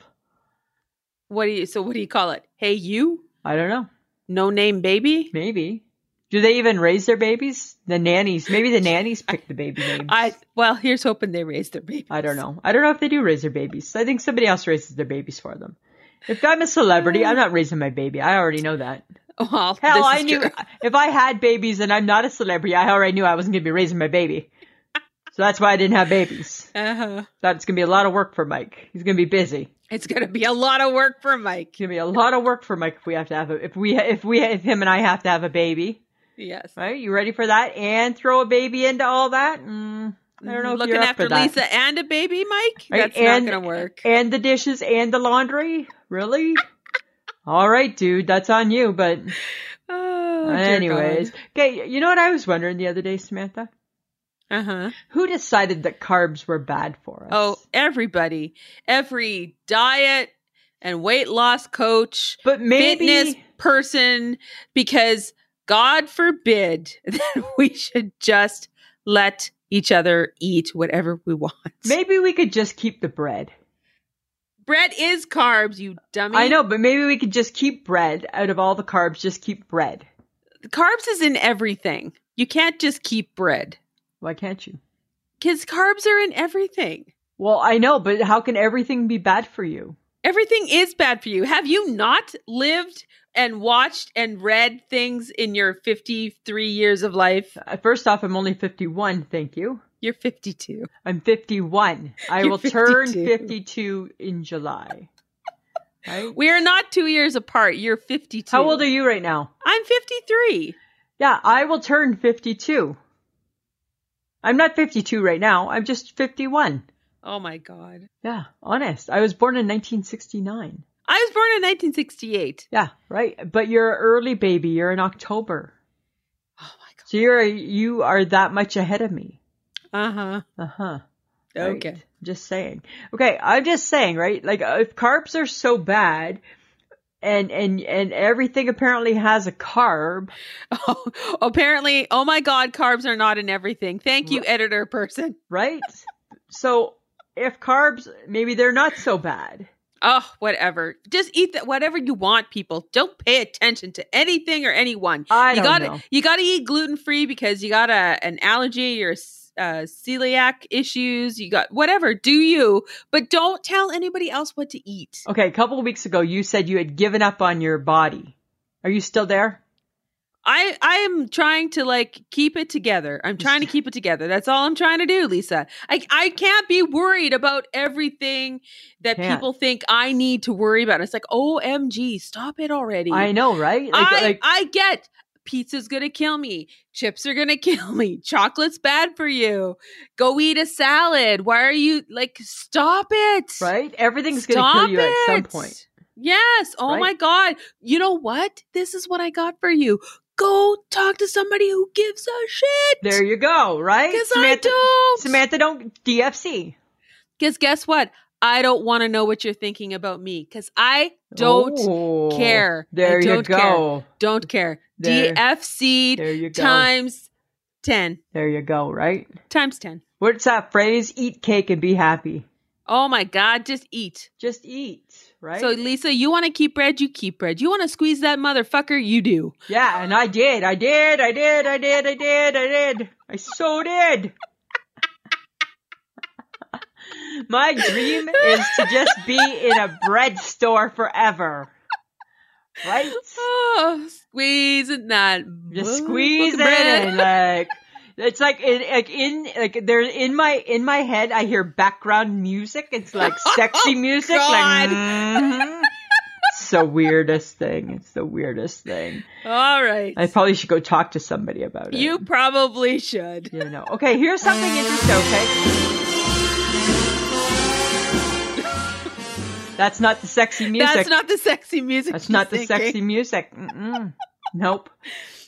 D: What do you? So what do you call it? Hey, you?
E: I don't know.
D: No name baby?
E: Maybe. Do they even raise their babies? The nannies. Maybe the nannies pick the baby names.
D: I well, here's hoping they raise their baby.
E: I don't know. I don't know if they do raise their babies. I think somebody else raises their babies for them. If I'm a celebrity, I'm not raising my baby. I already know that.
D: <laughs> Well,
E: Hell,
D: this
E: I
D: is
E: knew
D: true.
E: <laughs> if I had babies and I'm not a celebrity, I already knew I wasn't going to be raising my baby. So that's why I didn't have babies.
D: <laughs> Uh-huh.
E: That's going to be a lot of work for Mike. He's going to be busy.
D: It's gonna be a lot of work for Mike.
E: It's going to be a lot of work for Mike if we have to have a if we if we if him and I have to have a baby.
D: Yes.
E: Right? You ready for that? And throw a baby into all that? Mm, I don't know. if
D: Looking
E: you're up
D: after
E: for that.
D: Lisa and a baby, Mike.
E: Right,
D: That's
E: and-
D: not gonna work.
E: and the dishes and the laundry.
D: <laughs>
E: Really? All right, dude, that's on you. But
D: Oh, dear
E: anyways, okay. You know what I was wondering the other day, Samantha?
D: God. Uh-huh.
E: Who decided that carbs were bad for us?
D: Oh, everybody, every diet and weight loss coach,
E: but maybe
D: fitness person, because God forbid <laughs> that we should just let each other eat whatever we want.
E: maybe we could just keep the bread.
D: Bread is carbs, you dummy.
E: I know, but maybe we could just keep bread out of all the carbs. Just keep bread.
D: Carbs is in everything. You can't just keep bread
E: Why can't you?
D: because carbs are in everything.
E: Well, I know, but how can everything be bad for you?
D: Everything is bad for you. Have you not lived and watched and read things in your 53 years of life?
E: Uh, First off, I'm only 51. Thank you.
D: You're 52.
E: I'm 51. I
D: You're
E: will turn
D: 52.
E: 52 in July. Right?
D: <laughs> We are not two years apart. You're 52.
E: How old are you right now?
D: I'm 53.
E: Yeah, I will turn 52. I'm not 52 right now. I'm just 51.
D: Oh my God.
E: Yeah, honest. I was born in 1969.
D: I was born in 1968.
E: Yeah, right. But you're an early baby. You're in October.
D: Oh my
E: So you're you are that much ahead of me.
D: God. Uh huh.
E: Uh-huh. Right.
D: Okay.
E: Just saying. Okay, I'm just saying, right? Like uh, if carbs are so bad and and and everything apparently has a carb,
D: <laughs> Oh, apparently, oh my God, carbs are not in everything. Thank you, editor person.
E: right? <laughs> so if carbs maybe they're not so bad.
D: Oh, whatever. Just eat that whatever you want, people. Don't pay attention to anything or anyone.
E: I
D: you
E: don't
D: gotta,
E: know.
D: You got to eat gluten free because you got a an allergy or uh, celiac issues. You got whatever. Do you? But don't tell anybody else what to eat.
E: Okay, a couple of weeks ago you said you had given up on your body. Are you still there?
D: I I am trying to like keep it together. I'm
E: <laughs>
D: trying to keep it together. That's all I'm trying to do, Lisa. I I can't be worried about everything that
E: Can't.
D: people think I need to worry about. It's like, OMG, stop it already.
E: I know, right?
D: I, I get pizza's gonna kill me chips are gonna <laughs> kill me chocolate's bad for you go eat a salad why are you like stop it
E: right? Everything's going to kill you at some
D: it.
E: point.
D: yes oh
E: Right?
D: my god you know what this is what i got for you go talk to somebody who gives a shit
E: There you go, right?
D: because i don't
E: Samantha don't DFC.
D: because guess what i don't want to know what you're thinking about me because i don't
E: Oh,
D: care. I
E: There
D: don't
E: you
D: care.
E: go.
D: don't care
E: There-
D: dfc
E: There you go.
D: times 10
E: There you go, right?
D: times 10
E: What's that phrase? Eat cake and be happy.
D: Oh my God, just eat.
E: Just eat, right?
D: So, Lisa, you want to keep bread? You keep bread. You want to squeeze that motherfucker? You do.
E: yeah, and I did. I did. I did. I did. I did. I did. I so did. <laughs> My dream is to just be in a bread store forever. Right?
D: Oh, squeezing that.
E: Just
D: motherfucking
E: squeeze it
D: bread.
E: in, like it's like it, like in like there in my in my head I hear background music. It's
D: <laughs>
E: like sexy music.
D: Oh
E: Like
D: God.
E: mhm. it's the weirdest thing. It's the weirdest thing.
D: All right.
E: I probably should go talk to somebody about it.
D: you probably should.
E: You know. Okay, here's something interesting.
D: <laughs>
E: Okay. That's not the sexy music.
D: That's not the sexy music.
E: That's
D: you're
E: not the
D: thinking.
E: sexy music. Mm-mm. Nope.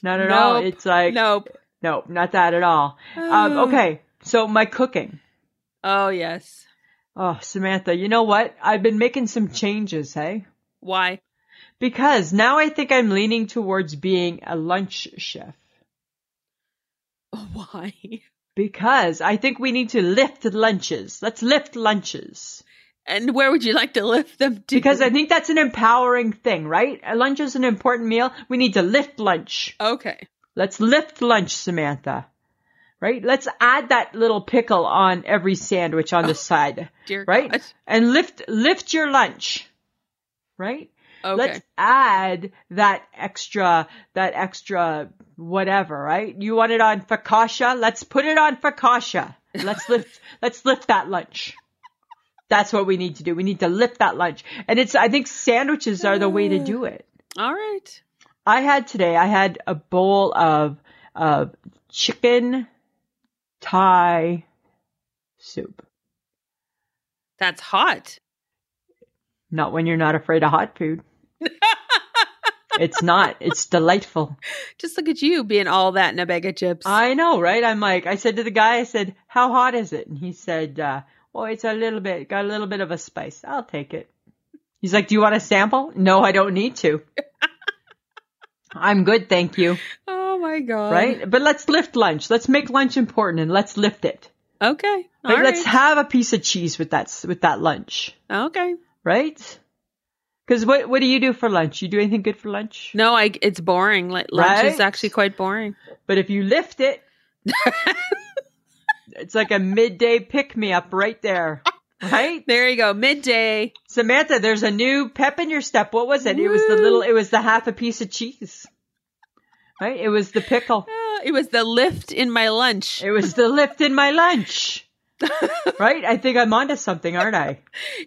E: Not at
D: Nope.
E: all. It's like
D: Nope.
E: no, not that at all. Um, okay, so my cooking.
D: Oh, yes.
E: Oh, Samantha, you know what? I've been making some changes, hey?
D: Why? <laughs>
E: Because now I think I'm leaning towards being a lunch chef.
D: Why?
E: Because I think we need to lift lunches. Let's lift lunches.
D: And where would you like to lift them to?
E: Because I think that's an empowering thing, right? A Lunch is an important meal. We need to lift lunch.
D: Okay.
E: Let's lift lunch, Samantha. Right? Let's add that little pickle on every sandwich on the side.
D: Oh, dear
E: right?
D: God.
E: And lift lift your lunch. Right?
D: Okay.
E: Let's add that extra that extra whatever, right? You want it on focaccia? Let's put it on focaccia. Let's lift <laughs> let's lift that lunch. That's what we need to do. We need to lift that lunch. And it's I think sandwiches are the way to do it.
D: All right.
E: I had today, I had a bowl of, of chicken Thai soup.
D: That's hot.
E: Not when you're not afraid of hot food. it's not. It's delightful.
D: Just look at you being all that in a bag of chips.
E: I know, right? I'm like, I said to the guy, I said, how hot is it? And he said, uh, well, it's a little bit, got a little bit of a spice. I'll take it. He's like, do you want a sample? No, I don't need to. I'm good. Thank you.
D: oh my god.
E: right? But let's lift lunch. Let's make lunch important and let's lift it.
D: Okay. All
E: Like,
D: right.
E: Let's have a piece of cheese with that s- with that lunch,
D: okay.
E: right? Because what what do you do for lunch? You do anything good for lunch?
D: No, I it's boring. Like lunch is
E: Right?
D: actually quite boring.
E: But if you lift
D: <laughs>
E: it, it's like a midday pick me up right there,
D: <laughs>
E: right?
D: There you go. Midday.
E: Samantha, there's a new pep in your step. What was it? It was the
D: Woo.
E: little. It was the half a piece of cheese, right? It was the pickle.
D: Ah, it was the lift in my lunch.
E: It was the lift in
D: <laughs>
E: my lunch. right? I think I'm onto something, aren't I?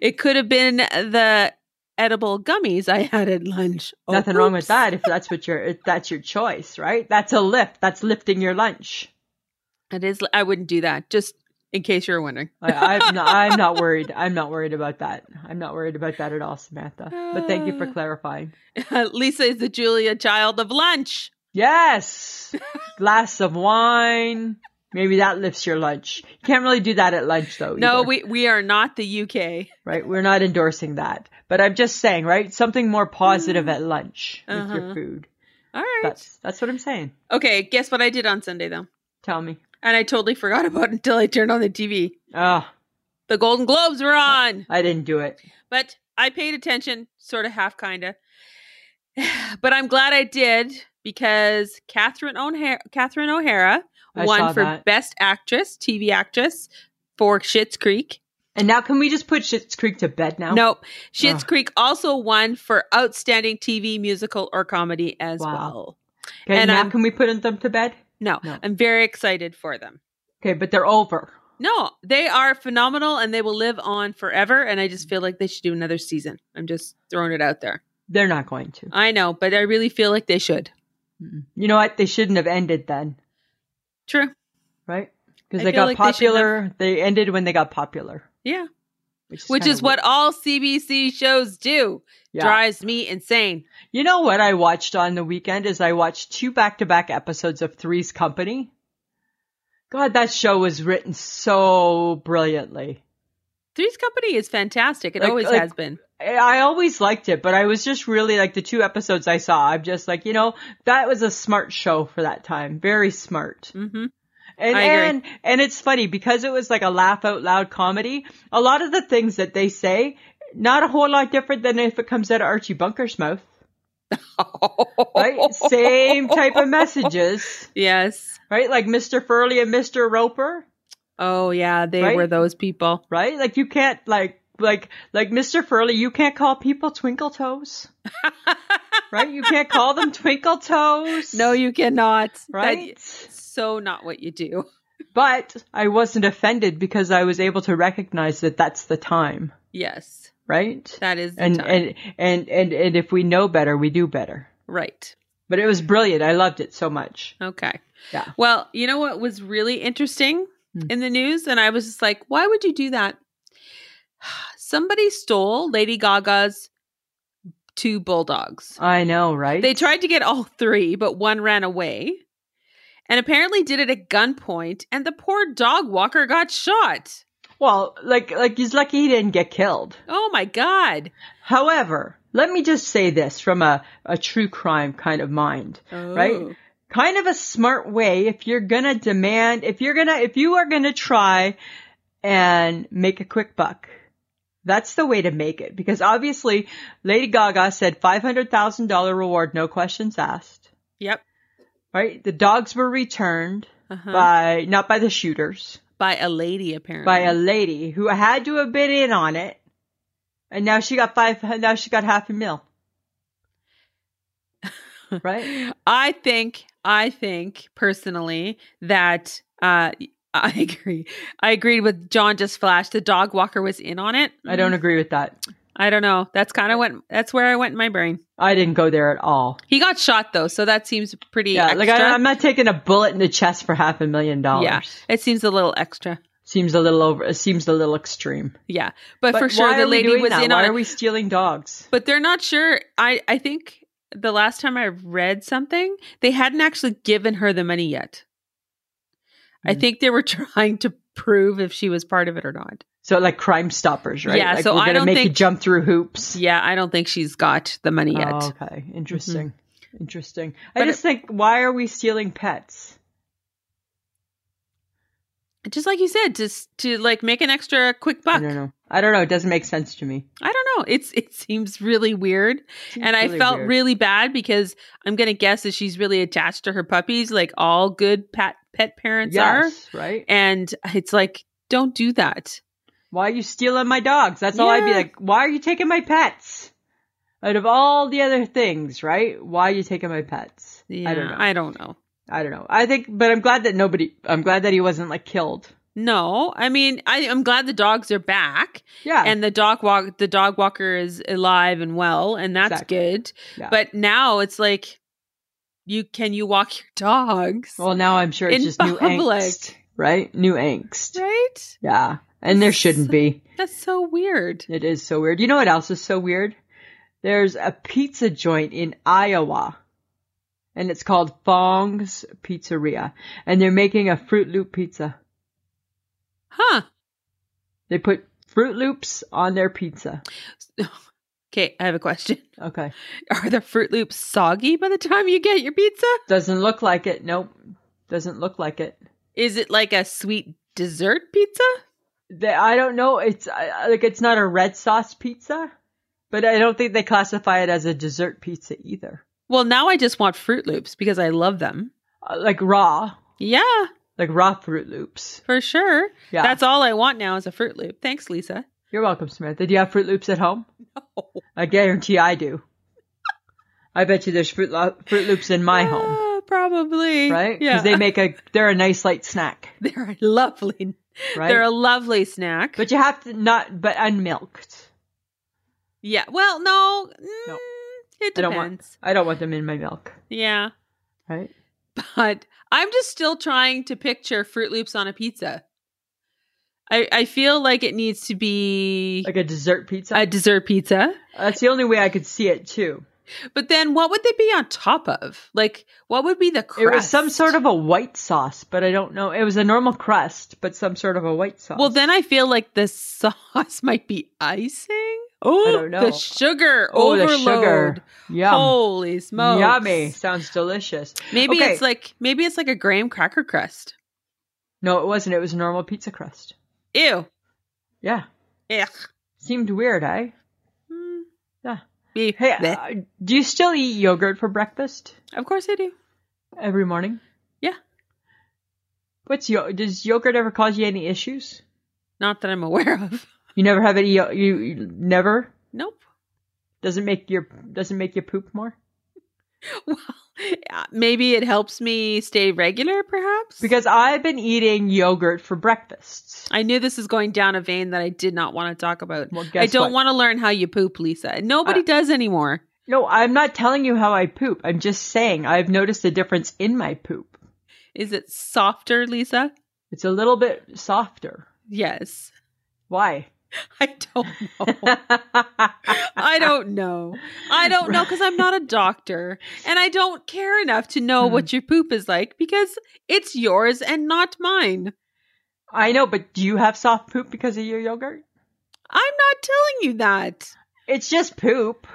D: It could have been the edible gummies I had at lunch. Oh,
E: Nothing wrong with
D: oops.
E: that if that's what your if that's your choice, right? That's a lift. That's lifting your lunch.
D: It is. I wouldn't do that. Just in case you were wondering. <laughs>
E: I, I'm not, I'm not worried. I'm not worried about that. I'm not worried about that at all, Samantha. But thank you for
D: Uh.
E: clarifying.
D: Lisa is the Julia child of lunch.
E: Yes, glass of wine. Maybe that lifts your lunch. You can't really do that at lunch though.
D: No,
E: either,
D: we we are not the UK.
E: right. We're not endorsing that. But I'm just saying, right? Something more positive at lunch with your food.
D: All Mm. Uh-huh. right.
E: That's that's what I'm saying.
D: okay, guess what I did on Sunday though?
E: Tell me.
D: And I totally forgot <laughs> about it until I turned on the TV.
E: Oh,
D: The Golden Globes were on.
E: I didn't do it.
D: But I paid attention, sort of half kinda. <sighs> But I'm glad I did because Catherine O'Hara, Catherine O'Hara
E: I
D: won
E: saw
D: for
E: that.
D: Best Actress, TV Actress for Schitt's Creek.
E: And now, can we just put Schitt's Creek to bed now?
D: Nope. Schitt's
E: Ugh.
D: Creek also won for Outstanding TV, Musical, or Comedy as
E: Wow.
D: well.
E: Okay,
D: And um,
E: now
D: I'm-
E: can we put them to bed?
D: No,
E: No.
D: I'm very excited for them.
E: Okay, but they're over.
D: No, they are phenomenal and they will live on forever. And I just feel like they should do another season. I'm just throwing it out there.
E: They're not going to.
D: I know, but I really feel like they should.
E: You know what? They shouldn't have ended then,
D: True.
E: right? Because
D: I
E: they
D: feel
E: got
D: like they shouldn't
E: popular. They, ended when they got popular,
D: Yeah.
E: which is,
D: Which
E: kinda
D: is what
E: weird.
D: all CBC shows do.
E: Yeah.
D: Drives me insane.
E: You know what I watched on the weekend is I watched two back-to-back episodes of Three's Company. God, that show was written so brilliantly.
D: Three's Company is fantastic. It
E: Like-
D: always
E: like-
D: has been.
E: I- I always liked it, but I was just really like the two episodes I saw. I'm just like, you know, that was a smart show for that time. Very smart.
D: hmm
E: And
D: I agree.
E: and and it's funny because it was like a laugh out loud comedy. A lot of the things that they say, not a whole lot different than if it comes out of Archie Bunker's mouth,
D: <laughs>
E: right? Same type of messages,
D: Yes.
E: right? Like Mr. Furley and Mr. Roper,
D: Oh, yeah. They
E: Right?
D: were those people.
E: right? Like you can't like like like Mr. Furley, you can't call people
D: <laughs>
E: twinkle toes, right? You can't call them twinkle toes,
D: No, you cannot. That-
E: right?
D: so not what you do.
E: But I wasn't offended because I was able to recognize that that's the time,
D: Yes.
E: right?
D: That is the
E: and
D: time.
E: and and and and if we know better, we do better.
D: right.
E: But it was brilliant. I loved it so much.
D: Okay.
E: Yeah.
D: Well, you know what was really interesting in the news? And I was just like, why would you do that? <sighs> Somebody stole Lady Gaga's two bulldogs.
E: I know, right?
D: They tried to get all three, but one ran away and apparently did it at gunpoint. And the poor dog walker got shot.
E: Well, like like he's lucky he didn't get killed.
D: Oh my God.
E: However, let me just say this from a, a true crime kind of mind,
D: Oh.
E: right? Kind of a smart way if you're gonna demand, if you're gonna, if you are gonna try and make a quick buck. That's the way to make it because obviously Lady Gaga said $500,000 reward, no questions asked,
D: Yep.
E: right? The dogs were returned
D: Uh-huh.
E: by, not by the shooters,
D: By a lady, apparently.
E: by a lady who had to have been in on it. And now she got five, now she got half
D: <laughs>
E: a mil. right?
D: I think, I think personally that uh, <laughs> I agree. I agreed with John just flash. The dog walker was in on it.
E: I don't agree with that.
D: I don't know. That's kind of what, that's where I went in my brain.
E: I didn't go there at all.
D: He got shot though, so that seems pretty
E: Yeah,
D: extra.
E: like I, I'm not taking a bullet in the chest for half a million dollars.
D: yeah, it seems a little extra.
E: Seems a little over, it seems a little extreme.
D: Yeah, but,
E: But
D: for sure
E: why
D: the
E: are we
D: lady
E: doing
D: was
E: that?
D: in
E: why
D: on
E: are
D: it.
E: we stealing dogs?
D: but they're not sure. I I think the last time I read something, they hadn't actually given her the money yet.
E: Mm.
D: I think they were <laughs> trying to prove if she was part of it or not.
E: So like Crime Stoppers, right?
D: Yeah,
E: Like,
D: so
E: we're
D: I
E: gonna
D: don't
E: make you
D: think-
E: jump through hoops.
D: Yeah, I don't think she's got the money yet. Mm-hmm.
E: Oh, okay, interesting, interesting.
D: But
E: I just think why are we stealing pets?
D: Just like you said, just to like make an extra quick buck.
E: I don't know. I don't know. It doesn't make sense to me.
D: I don't know. It's it seems really weird, and I
E: really
D: felt
E: weird.
D: really bad because I'm gonna guess that she's really attached to her puppies, like all good pet pet parents
E: yes,
D: are.
E: right?
D: And it's like, don't do that.
E: Why are you stealing my dogs? That's all I'd be
D: Yeah.
E: like. Why are you taking my pets? Out of all the other things, right? Why are you taking my pets?
D: Yeah,
E: I don't know. I,
D: I don't know.
E: don't know. I think, but I'm glad that nobody. I'm glad that he wasn't like killed.
D: No, I mean, I, I'm glad the dogs are back,
E: Yeah,
D: and the dog walk the dog walker is alive and well, and that's
E: Exactly.
D: good.
E: Yeah.
D: But now it's like, you can you walk your dogs,
E: well, now I'm sure it's
D: in
E: just new
D: public.
E: angst, right? New angst.
D: right?
E: Yeah, and there shouldn't be.
D: That's so weird.
E: It is so weird. You know what else is so weird? There's a pizza joint in Iowa and it's called Fong's Pizzeria and they're making a Fruit Loop pizza.
D: Huh.
E: They put Fruit Loops on their pizza.
D: Okay, I have a question. <laughs>
E: Okay.
D: Are the Fruit Loops soggy by the time you get your pizza?
E: Doesn't look like it. Nope. Doesn't look like it.
D: Is it like a sweet dessert pizza?
E: They, I don't know. It's I- I- like it's not a red sauce pizza, but I don't think they classify it as a dessert pizza either.
D: Well, now I just want Fruit Loops because I love them.
E: Uh, like raw,
D: Yeah,
E: like raw Fruit Loops.
D: for sure.
E: Yeah.
D: That's all I want now is a Fruit Loop. Thanks, Lisa.
E: You're welcome, Samantha. Do you have Fruit Loops at home? I guarantee I do. I bet you there's Fruit, Lo- Fruit Loops in my home,
D: <laughs> Ah, probably.
E: right?
D: Yeah.
E: Because they make a they're a nice light snack,
D: <laughs> They're a lovely.
E: right?
D: They're a lovely snack.
E: but you have to not but unmilked.
D: yeah. Well, no.
E: No.
D: mm, It
E: I
D: depends.
E: don't want I don't want them in my milk,
D: yeah.
E: right?
D: but I'm just still trying to picture Fruit Loops on a pizza. I I feel like it needs to be
E: Like a dessert pizza.
D: a dessert pizza.
E: That's the only way I could see it too.
D: But then what would they be on top of? Like what would be the crust?
E: It was some sort of a white sauce, but I don't know. It was a normal crust, but some sort of a white sauce.
D: Well, then I feel like the <laughs> sauce might be icing. Oh,
E: don't know.
D: the sugar
E: oh,
D: overload.
E: the sugar, yum,
D: Holy smokes.
E: yummy, sounds delicious.
D: Maybe
E: Okay.
D: it's like maybe it's like a graham cracker crust.
E: no, it wasn't. It was a normal pizza crust.
D: Ew.
E: Yeah,
D: Ugh.
E: seemed weird, eh?
D: Mm.
E: Yeah.
D: Be-
E: Hey,
D: bleh.
E: uh, do you still eat yogurt for breakfast
D: of course I do.
E: every morning?
D: Yeah.
E: What's yo- does yogurt ever cause you any issues?
D: Not that I'm aware of. <laughs>
E: You never have any. Yo- you, you never
D: Nope. <laughs>
E: doesn't make your doesn't make you poop more
D: Well, yeah, maybe it helps me stay regular, perhaps.
E: because I've been eating yogurt for breakfast.
D: I knew this was going down a vein that I did not want to talk about.
E: Well, guess
D: I don't want
E: what? Uh,
D: to learn how you poop, Lisa. Nobody does anymore.
E: No, I'm not telling you how I poop. I'm just saying I've noticed a difference in my poop.
D: Is it softer, Lisa?
E: It's a little bit softer.
D: Yes.
E: Why?
D: <laughs> I don't
E: <laughs>
D: know. I don't know. I don't know because I'm not a doctor and I don't care
E: Hmm.
D: enough to know what your poop is like because it's yours and not mine.
E: I know, but do you have soft poop because of your yogurt?
D: I'm not telling you that.
E: It's just poop.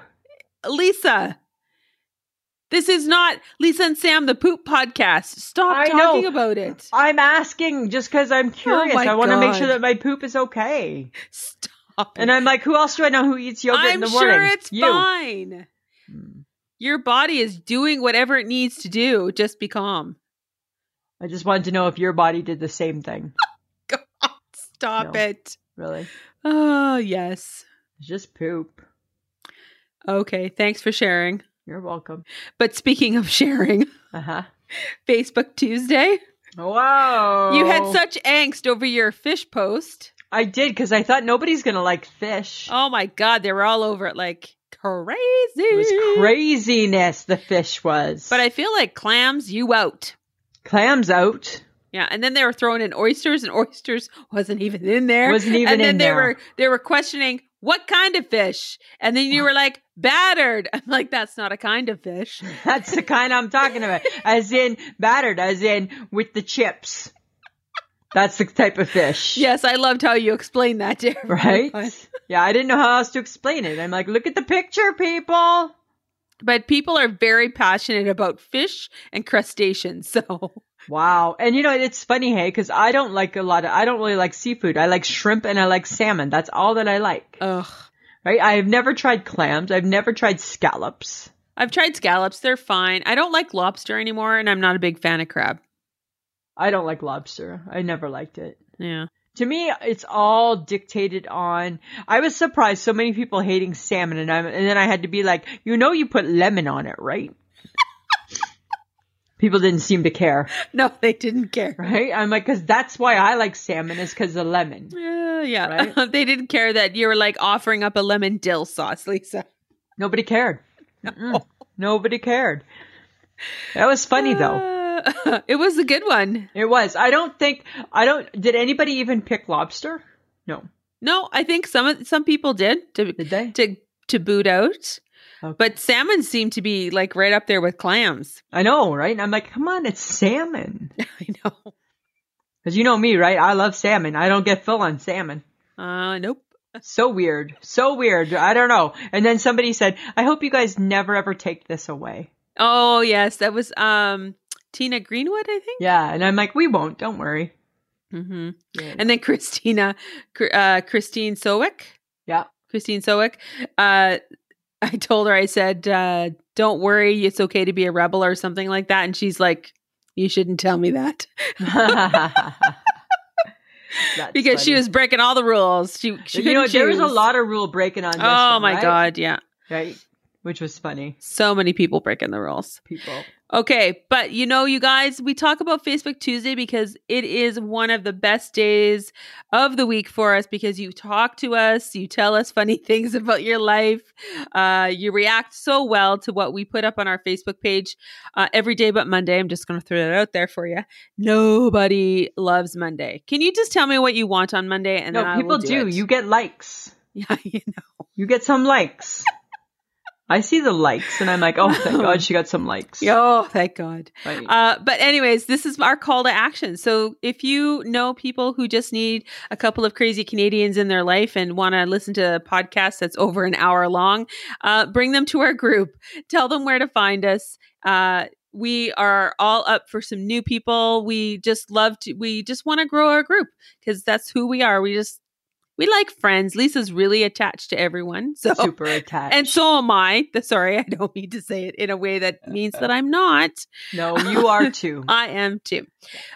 D: Lisa. This is not Lisa and Sam the Poop podcast. Stop
E: I
D: talking
E: know.
D: about it.
E: I'm asking just because I'm curious.
D: Oh my
E: I want to make
D: God.
E: sure that my poop is okay.
D: <laughs> Stop.
E: And I'm like, who else do I know who eats yogurt in
D: I'm
E: the
D: sure
E: morning?
D: it's
E: you. Hmm.
D: fine. Your body is doing whatever it needs to do. Just be calm.
E: I just wanted to know if your body did the same thing.
D: <laughs> God, stop
E: No.
D: it.
E: Really,
D: Oh, yes.
E: it's just poop.
D: Okay, thanks for sharing.
E: You're welcome.
D: But speaking of <laughs> sharing,
E: Uh huh.
D: Facebook Tuesday,
E: Wow.
D: you had such angst over your fish post.
E: I did because I thought nobody's gonna like fish.
D: Oh my God, they were all over it like crazy.
E: It was craziness. The fish was.
D: But I feel like clams, you out.
E: clams out.
D: Yeah, and then they were throwing in oysters, and <laughs> oysters wasn't even in there.
E: Wasn't even
D: And then
E: in
D: they
E: there.
D: were they were questioning what kind of fish, and then you were like battered. <laughs> I'm like, that's not a kind of fish.
E: That's the kind I'm talking about. As in battered. As in with the chips. That's the type of fish.
D: Yes, I loved how you explained that <laughs> to everyone.
E: Right? Yeah, I didn't know how else to explain it. I'm like, look at the picture, people.
D: But people are very passionate about fish and crustaceans. <laughs> So
E: Wow. And you know, it's funny, hey, because I don't like a lot of, I don't really like seafood. I like shrimp and I like salmon. That's all that I like.
D: ugh.
E: Right? I've never tried clams. I've never tried scallops.
D: I've tried scallops, they're fine. I don't like lobster anymore, and I'm not a big fan of crab.
E: I don't like lobster. I never liked it.
D: Yeah.
E: To me, it's all dictated on. I was surprised so many people hating salmon, and I and then I had to be like, you know, you put lemon on it, right? people didn't seem to care,
D: No, they didn't care.
E: right? I'm like, because that's why I like salmon is because of lemon.
D: Yeah, yeah. <laughs>
E: Right?
D: they didn't care that you were like offering up a lemon dill sauce, Lisa.
E: Nobody cared. Mm-mm. Nobody cared. That was funny though.
D: Uh, <laughs> it was a good one.
E: It was. I don't think. I don't. Did anybody even pick lobster? No.
D: No, I think some of- some people did to
E: Did they?
D: to to boot out,
E: Okay.
D: but salmon seemed to be like right up there with clams.
E: I know, right? And I'm like, come on, it's salmon.
D: I know.
E: Because you know me, right? I love salmon. I don't get full on salmon.
D: Uh, nope.
E: So weird. So weird. I don't know. And then somebody said, I hope you guys never ever take this away.
D: Oh yes, that was um Tina Greenwood, I think.
E: Yeah. And I'm like, we won't. Don't worry.
D: hmm
E: Yeah.
D: And then Christina, Cr- uh, Christine Sowick,
E: yeah.
D: Christine Sowick. Uh, <laughs> I told her, I said, uh, "Don't worry, it's okay to be a rebel" or something like that, and she's like, "You shouldn't tell me that."
E: <laughs>
D: <laughs>
E: That's
D: because she
E: funny.
D: was breaking all the rules. She, she
E: you know,
D: couldn't
E: there was a
D: choose.
E: lot of rule breaking on this.
D: Oh
E: one,
D: my
E: right?
D: god, yeah,
E: Right. Which was funny.
D: so many people breaking the rules.
E: People.
D: Okay, but you know, you guys, we talk about Facebook Tuesday because it is one of the best days of the week for us because you talk to us, you tell us funny <laughs> things about your life, uh, you react so well to what we put up on our Facebook page uh, every day but Monday. I'm just going to throw that out there for you. Nobody loves Monday. Can you just tell me what you want on Monday? And then
E: no,
D: I
E: people
D: will do.
E: do.
D: it?
E: You get likes.
D: <laughs> yeah, you
E: <laughs>
D: know.
E: You get some likes. I see the likes and I'm like, oh, thank God she got
D: <laughs>
E: some likes.
D: Oh, thank God.
E: Right.
D: Uh, but, anyways, this is our call to action. So, if you know people who just need a couple of crazy Canadians in their life and want to listen to a podcast that's over an hour long, uh, bring them to our group. Tell them where to find us. Uh, we are all up for some new people. We just love to, we just want to grow our group because that's who we are. We just, we like friends. Lisa's really attached to everyone. So,
E: Super attached.
D: and so am I. The- Sorry, I don't mean to say it in a way
E: <laughs>
D: that means that I'm not.
E: no, you are
D: <laughs>
E: too.
D: I am too.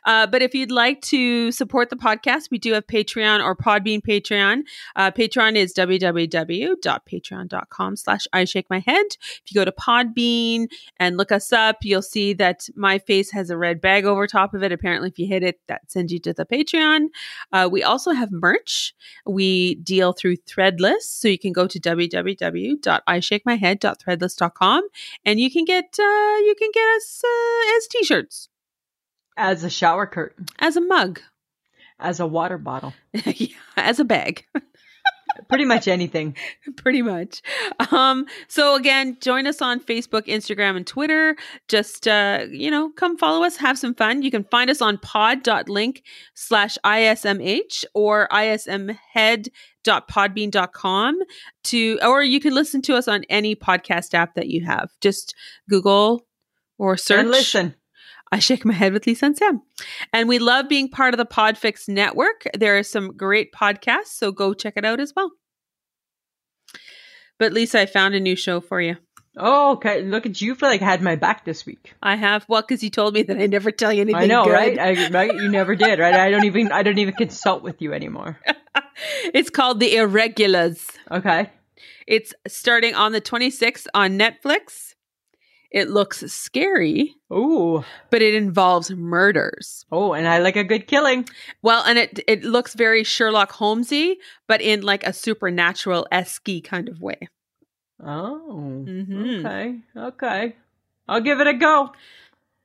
D: Uh, but if you'd like to support the podcast, we do have Patreon or Podbean Patreon. Uh, Patreon is www.patreon.com slash I shake my head. If you go to Podbean and look us up, you'll see that my face has a red bag over top of it. Apparently, if you hit it, that sends you to the Patreon. Uh, we also have merch. We deal through Threadless. So you can go to www.ishakemyhead.threadless.com and you can get uh, you can get us uh, as t-shirts
E: As a shower curtain,
D: as a mug <laughs>
E: as a water bottle,
D: yeah, as a bag <laughs>
E: Pretty much anything.
D: pretty much. Um, so again, join us on Facebook, Instagram, and Twitter. Just uh, you know, come follow us, have some fun. You can find us on pod.link slash ISMH or ismhead.podbean.com to or you can listen to us on any podcast app that you have. Just Google or search.
E: And listen.
D: I shake my head with Lisa and Sam. And we love being part of the Podfix network. There are some great podcasts, so go check it out as well. But Lisa, I found a new show for you.
E: Oh, okay. Look at you for like had my back this week.
D: I have well because you told me that I never tell you anything.
E: I know,
D: good.
E: right? I, right? You never did, right? I don't even I don't even consult with you anymore.
D: <laughs> It's called The Irregulars.
E: Okay.
D: It's starting on the 26th on Netflix. It looks scary,
E: Ooh.
D: but it involves murders.
E: Oh, and I like a good killing.
D: Well, and it it looks very Sherlock Holmesy, but in like a supernatural esque kind of way.
E: Oh.
D: Mhm.
E: Okay. Okay. I'll give it a go.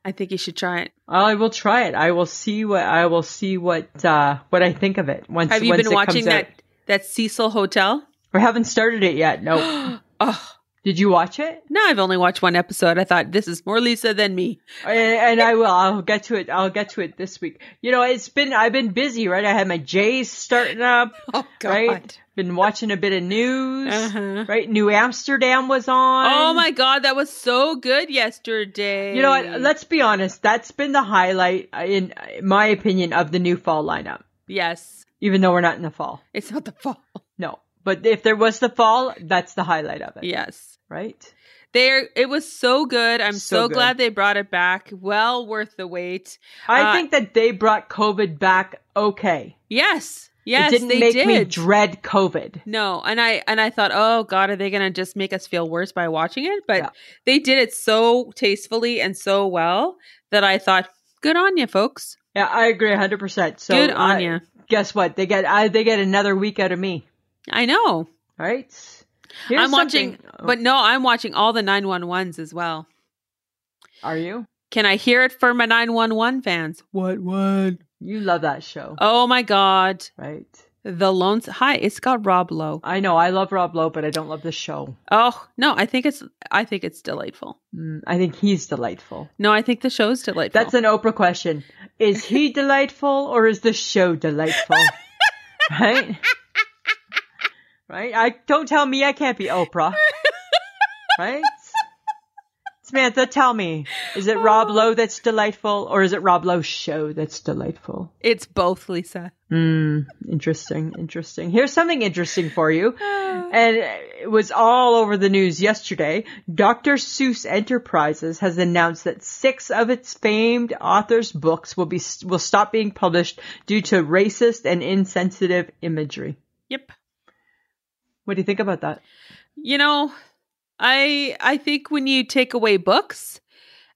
D: I think you should try it.
E: I will try it. I will see what I will see what uh what I think of it once
D: Have you
E: once
D: been
E: it
D: watching
E: comes
D: that
E: out.
D: that Cecil Hotel?
E: I haven't started it yet. No.
D: <gasps> Oh
E: Did you watch it?
D: no, I've only watched one episode. I thought this is more Lisa than me.
E: and, and I will. I'll get to it. I'll get to it this week. You know, it's been. I've been busy, right? I had my J's starting up.
D: <laughs> Oh God.
E: Right. Been watching a bit of news.
D: Uh-huh.
E: Right. New Amsterdam was on.
D: Oh my god, that was so good yesterday.
E: You know what? Let's be honest. That's been the highlight, uh, in uh, my opinion, of the new fall lineup.
D: Yes.
E: Even though we're not in the fall,
D: It's not the fall.
E: no. But if there was the fall, that's the highlight of it.
D: Yes.
E: Right.
D: There it was so good. I'm so,
E: So good.
D: glad they brought it back. Well worth the wait.
E: I
D: Uh,
E: think that they brought COVID back. Okay.
D: Yes. Yes,
E: it didn't
D: they
E: make
D: did.
E: me dread COVID.
D: no, and I and I thought, oh God, are they gonna just make us feel worse by watching it? But
E: Yeah.
D: they did it so tastefully and so well that I thought, good on you, folks.
E: Yeah, I agree 100%. So
D: good on
E: I-
D: you.
E: guess what? They get I, they get another week out of me,
D: I know.
E: right? Here's
D: I'm watching,
E: something- uh, Oh,
D: but no, I'm watching all the 911s as well.
E: are you?
D: Can I hear it for my 911 fans?
E: What what? You love that show,
D: Oh my God.
E: right?
D: The Lones. Hi, it's got Rob Lowe.
E: I know I love Rob Lowe, but I don't love the show.
D: Oh, no, I think it's I think it's delightful.
E: Mm, I think he's delightful.
D: No, I think the show's delightful.
E: That's an Oprah question. Is he delightful or is the show delightful? right? Right? I don't tell me I can't be Oprah. Right? Samantha, tell me, is it Rob Lowe that's delightful or is it Rob Lowe's show that's delightful?
D: it's both, Lisa.
E: Hmm, interesting, interesting. Here's something interesting for you. And it was all over the news yesterday. Dr. Seuss Enterprises has announced that six of its famed authors' books will be will stop being published due to racist and insensitive imagery.
D: Yep.
E: What do you think about that?
D: You know, I I think when you take away books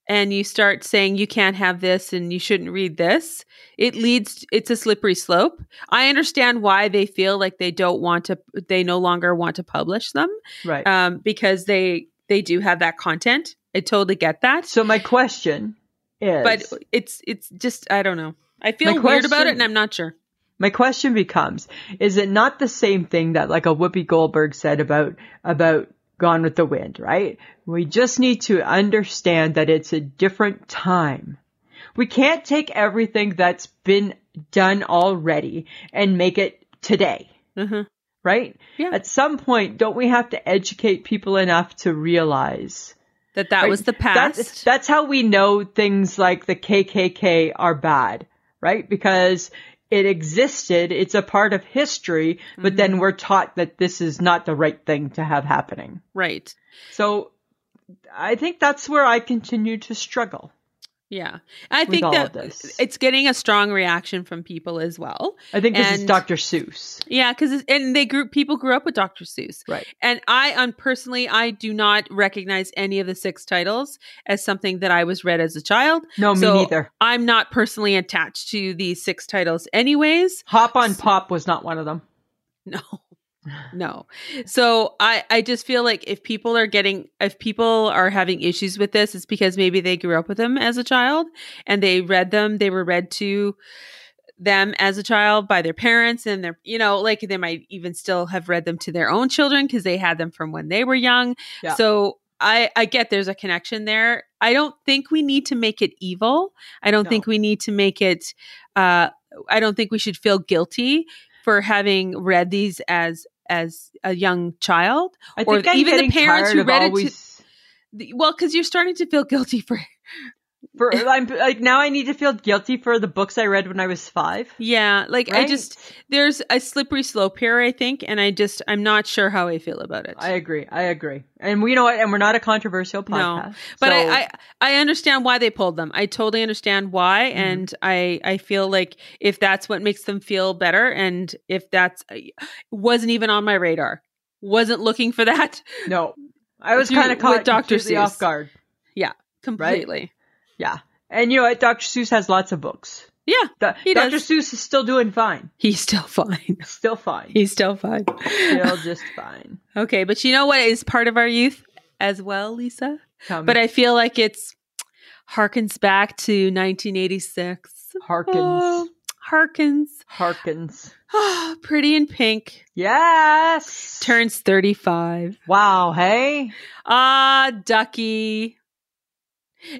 D: and you start saying you can't have this and you shouldn't read this, it leads it's a slippery slope. I understand why they feel like they don't want to they no longer want to publish them
E: Right.
D: um because they they do have that content. I totally get that.
E: so my question is
D: but it's it's just I don't know. I feel
E: My
D: weird about it,
E: question-
D: and I'm not sure.
E: My question becomes: Is it not the same thing that, like, a Whoopi Goldberg said about about Gone with the Wind? Right? We just need to understand that it's a different time. We can't take everything that's been done already and make it today,
D: Uh-huh.
E: right?
D: Yeah.
E: At some point, don't we have to educate people enough to realize
D: That that was the
E: that-
D: past.
E: that's how we know things like the KKK are bad, right? Because it existed, it's a part of history, but
D: Mm-hmm.
E: then we're taught that this is not the right thing to have happening.
D: right.
E: So I think that's where I continue to struggle.
D: Yeah. I
E: With
D: think
E: all
D: that
E: of this.
D: it's getting a strong reaction from people as well.
E: I think this is
D: And-
E: Dr. Seuss.
D: Yeah, because and they grew people grew up with Dr. Seuss,
E: Right.
D: and I, um, personally, I do not recognize any of the six titles as something that I was read as a child.
E: No,
D: So-
E: me neither.
D: I'm not personally attached to these six titles, anyways. <laughs>
E: Hop on Pop was not one of them.
D: No. No. So I I just feel like if people are getting if people are having issues with this it's because maybe they grew up with them as a child and they read them they were read to them as a child by their parents and their you know like they might even still have read them to their own children because they had them from when they were young
E: Yeah.
D: so i i get there's a connection there i don't think we need to make it evil i don't
E: No.
D: think we need to make it uh i don't think we should feel guilty for having read these as as a young child
E: I
D: Or
E: think I'm
D: even the
E: getting
D: parents
E: tired
D: who
E: of
D: read it to-
E: always,
D: The- well because you're starting to feel guilty <laughs> for
E: for <laughs> I'm like now I need to feel guilty for the books I read when I was five.
D: yeah like i
E: Right?
D: just there's a slippery slope here i think and i just i'm not sure how i feel about it
E: I agree. I agree. And we you know what? And we're not a controversial podcast.
D: but
E: so-
D: I, I i understand why they pulled them i totally understand why
E: Mm-hmm.
D: and i i feel like if that's what makes them feel better and if that's uh, wasn't even on my radar wasn't looking for that <laughs>
E: no, I was
D: With you-
E: kind of caught
D: with Dr.
E: completely
D: Seuss.
E: off guard.
D: completely
E: Yeah, and you know what? Dr. Seuss has lots of books.
D: yeah
E: The,
D: He
E: Dr.
D: does.
E: Seuss is still doing fine.
D: he's still <laughs> fine
E: Still fine.
D: he's still fine
E: still just fine.
D: okay but you know what is part of our youth as well lisa
E: Tell me.
D: but i feel like it's harkens back to 1986
E: Harkins.
D: Oh, harkens <sighs>
E: Harkins.
D: oh, pretty in pink
E: Yes.
D: turns 35
E: Wow. Hey.
D: Ah, Ducky.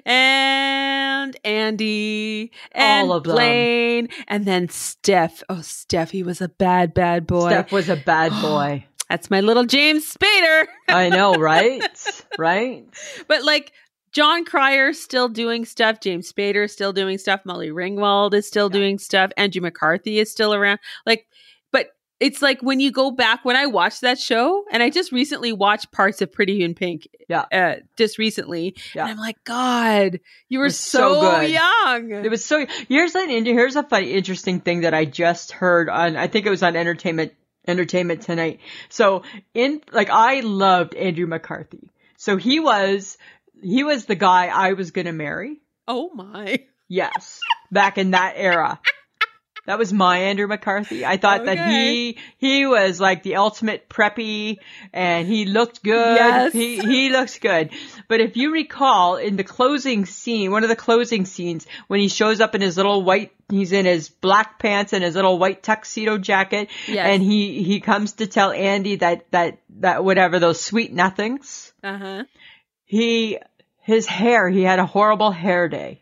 D: And Andy and
E: All of them.
D: Blaine and then Steph. Oh, Steph, he was a bad, bad boy.
E: Steph was a bad boy.
D: That's my little James Spader.
E: I know, right?
D: <laughs>
E: right?
D: But like John Cryer still doing stuff, James Spader is still doing stuff, Molly Ringwald is still doing stuff, Andrew McCarthy is still around. Like, but it's like when you go back when I watched that show, and I just recently watched parts of Pretty in Pink.
E: Yeah.
D: Uh, just recently.
E: Yeah.
D: And I'm like, God, you were
E: was so
D: so,
E: good.
D: young.
E: It was so. Here's an in- here's a funny, interesting thing that I just heard on. I think it was on Entertainment Entertainment Tonight. So in like I loved Andrew McCarthy. So he was he was the guy I was gonna marry.
D: oh my.
E: Yes, back in that era. That was my Andrew McCarthy. I thought that he he was like the ultimate preppy and he looked good.
D: Yes.
E: He he looks good. But if you recall in the closing scene, one of the closing scenes when he shows up in his little white he's in his black pants and his little white tuxedo jacket
D: Yes.
E: and he he comes to tell Andy that that that whatever those sweet nothings.
D: Uh huh.
E: He, his hair, he had a horrible hair day.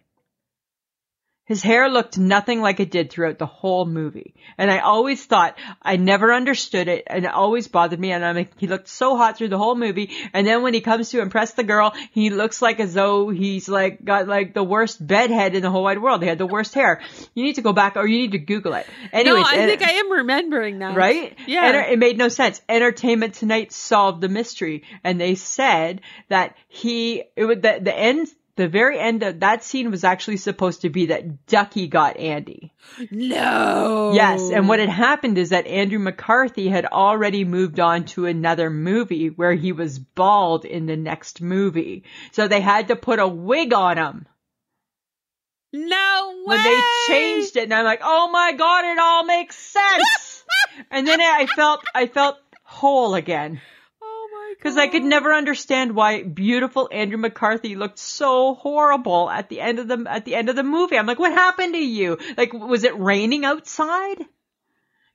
E: His hair looked nothing like it did throughout the whole movie. And I always thought, I never understood it and it always bothered me. And I'm like, he looked so hot through the whole movie. And then when he comes to impress the girl, he looks like as though he's like, got like the worst bedhead in the whole wide world. He had the worst hair. You need to go back or you need to Google it. Anyways,
D: no, I
E: and-
D: think I am remembering that.
E: Right?
D: Yeah.
E: Enter- it made no sense. Entertainment Tonight solved the mystery, and they said that he it would the, the end the very end of that scene was actually supposed to be that Ducky got Andy.
D: no.
E: Yes, and what had happened is that Andrew McCarthy had already moved on to another movie where he was bald in the next movie. So they had to put a wig on him
D: No way.
E: when they changed it and I'm like, "Oh my god, it all
D: <laughs>
E: makes sense." and then I felt I felt whole again.
D: Oh my God.
E: Because I could never understand why beautiful Andrew McCarthy looked so horrible at the end of the at the end of the movie. I'm like, what happened to you? Like, was it raining outside?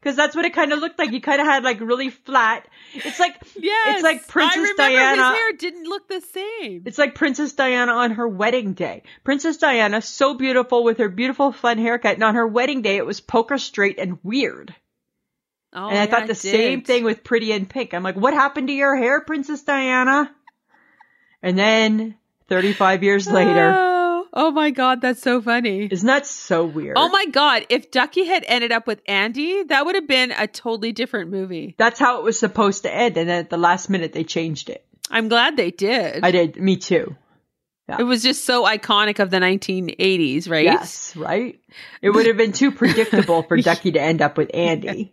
E: Because that's what it kind of looked like. You kind of had like really flat. It's like
D: Yes.
E: it's like
D: I
E: Princess
D: remember
E: Diana.
D: His hair didn't look the same.
E: It's like Princess Diana on her wedding day. Princess Diana, so beautiful with her beautiful fun haircut, and on her wedding day it was poker straight and weird.
D: Oh,
E: and I
D: yeah,
E: thought the
D: it
E: same
D: did.
E: thing with Pretty in Pink. I'm like, what happened to your hair, Princess Diana? And then 35 years later,
D: Oh, oh my god, that's so funny.
E: isn't that so weird?
D: Oh my god, if Ducky had ended up with Andy, that would have been a totally different movie.
E: That's how it was supposed to end, and then at the last minute they changed it.
D: I'm glad they did.
E: I did. Me too.
D: it was just so iconic of the 1980s, right?
E: Yes, right. It would have been too
D: <laughs>
E: predictable for Ducky to end up with Andy,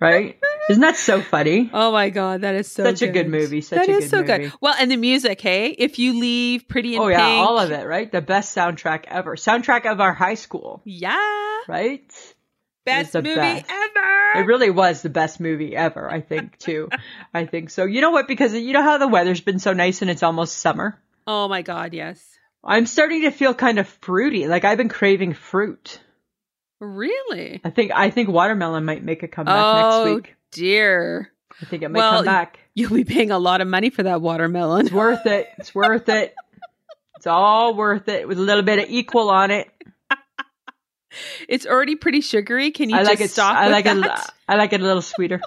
E: right? Isn't that
D: <laughs>
E: so funny?
D: Oh my god, that is so
E: Such a good movie, such
D: That
E: a
D: is
E: good
D: so
E: movie.
D: good. Well, and the music, hey, if you leave Pretty in
E: Oh yeah,
D: Pink,
E: all of it, right? The best soundtrack ever. Soundtrack of our high school,
D: yeah,
E: right?
D: best
E: the
D: movie
E: best.
D: ever.
E: It really was the best movie ever, I think, too. I think so. You know what? Because you know how the weather's been so nice and it's almost summer?
D: oh my god, yes.
E: I'm starting to feel kind of fruity. Like I've been craving fruit.
D: Really?
E: I think I think watermelon might make a comeback
D: oh
E: next week.
D: dear.
E: I think it might
D: well,
E: come back.
D: You'll be paying a lot of money for that watermelon.
E: It's worth it. It's worth it. It's all worth it with a little bit of equal on it.
D: It's already pretty sugary. Can you
E: I
D: just
E: like it.
D: stop
E: I
D: with
E: like it.
D: that?
E: I like it a little sweeter.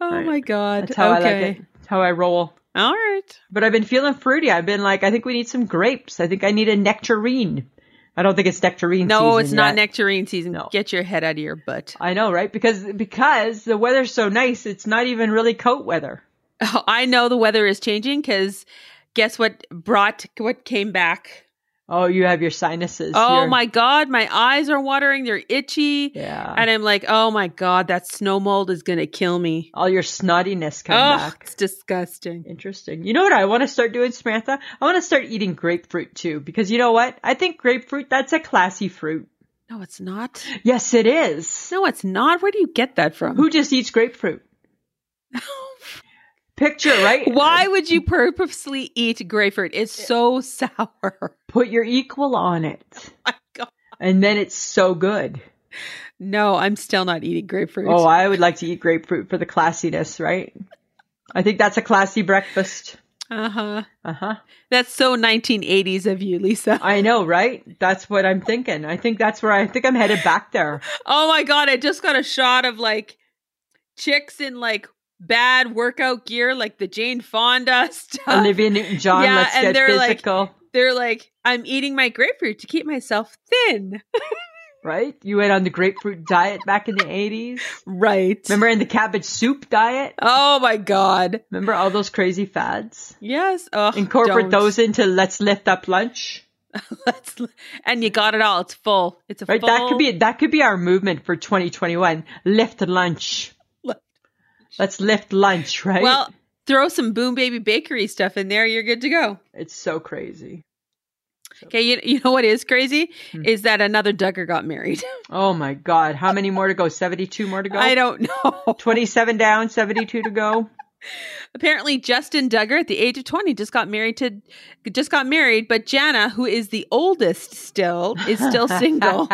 D: Oh
E: Right.
D: my god.
E: That's how
D: okay.
E: I like it. That's how I roll.
D: All right.
E: But I've been feeling fruity. I've been like, I think we need some grapes. I think I need a nectarine. I don't think it's nectarine.
D: No,
E: season
D: it's not
E: yet.
D: nectarine season.
E: No.
D: Get your head out of your butt.
E: I know, right? Because because the weather's so nice, it's not even really coat weather.
D: Oh, <laughs> I know the weather is changing because guess what brought what came back?
E: Oh, you have your sinuses.
D: oh
E: Your-
D: my god, my eyes are watering. They're itchy.
E: Yeah.
D: And I'm like, oh my god, that snow mold is gonna kill me.
E: all your snottiness
D: Oh,
E: come back.
D: it's disgusting.
E: Interesting. You know what I want to start doing, Samantha? I want to start eating grapefruit too, because you know what? I think grapefruit that's a classy fruit.
D: No, it's not.
E: Yes, it is.
D: No, it's not. Where do you get that from?
E: Who just eats grapefruit? Picture right.
D: <laughs> Why would you purposely eat grapefruit? It's so <laughs>
E: <laughs>
D: sour.
E: Put your equal on it,
D: My God.
E: and then it's so good.
D: No, I'm still not eating grapefruit.
E: Oh, I would like to eat grapefruit for the classiness, right? I think that's a classy breakfast.
D: uh huh.
E: Uh huh.
D: That's so 1980s of you, Lisa.
E: I know, right? That's what I'm thinking. I think that's where I think I'm headed
D: <laughs>
E: back there.
D: <laughs> Oh my god, I just got a shot of like chicks in like bad workout gear, like the Jane Fonda <laughs> stuff.
E: Olivia Newton John,
D: Yeah,
E: let's
D: and
E: get
D: they're like-
E: physical.
D: They're like, I'm eating my grapefruit to keep myself thin.
E: right? You went on the grapefruit diet back in the 80s.
D: Right.
E: Remember in the cabbage soup diet?
D: <laughs> Oh my god.
E: Remember all those crazy fads?
D: Yes. Oh,
E: Incorporate
D: don't.
E: those into let's lift up lunch.
D: <laughs> Let's, and you got it all. It's full. It's a
E: Right?
D: full.
E: That could be that could be our movement for 2021. Lift lunch.
D: Lift.
E: Let's lift lunch, right?
D: Well, throw some Boom Baby Bakery stuff in there. You're good to go.
E: it's so crazy.
D: Okay, you, you know what is crazy
E: Hmm.
D: is that another Duggar got married.
E: Oh my god, how many more to go? 72 more to
D: <laughs>
E: go?
D: I don't know.
E: 27 down, 72 to go.
D: Apparently, Justin Duggar at the age of 20 just got married to just got married, but Jana, who is the oldest still, is
E: <laughs>
D: still single.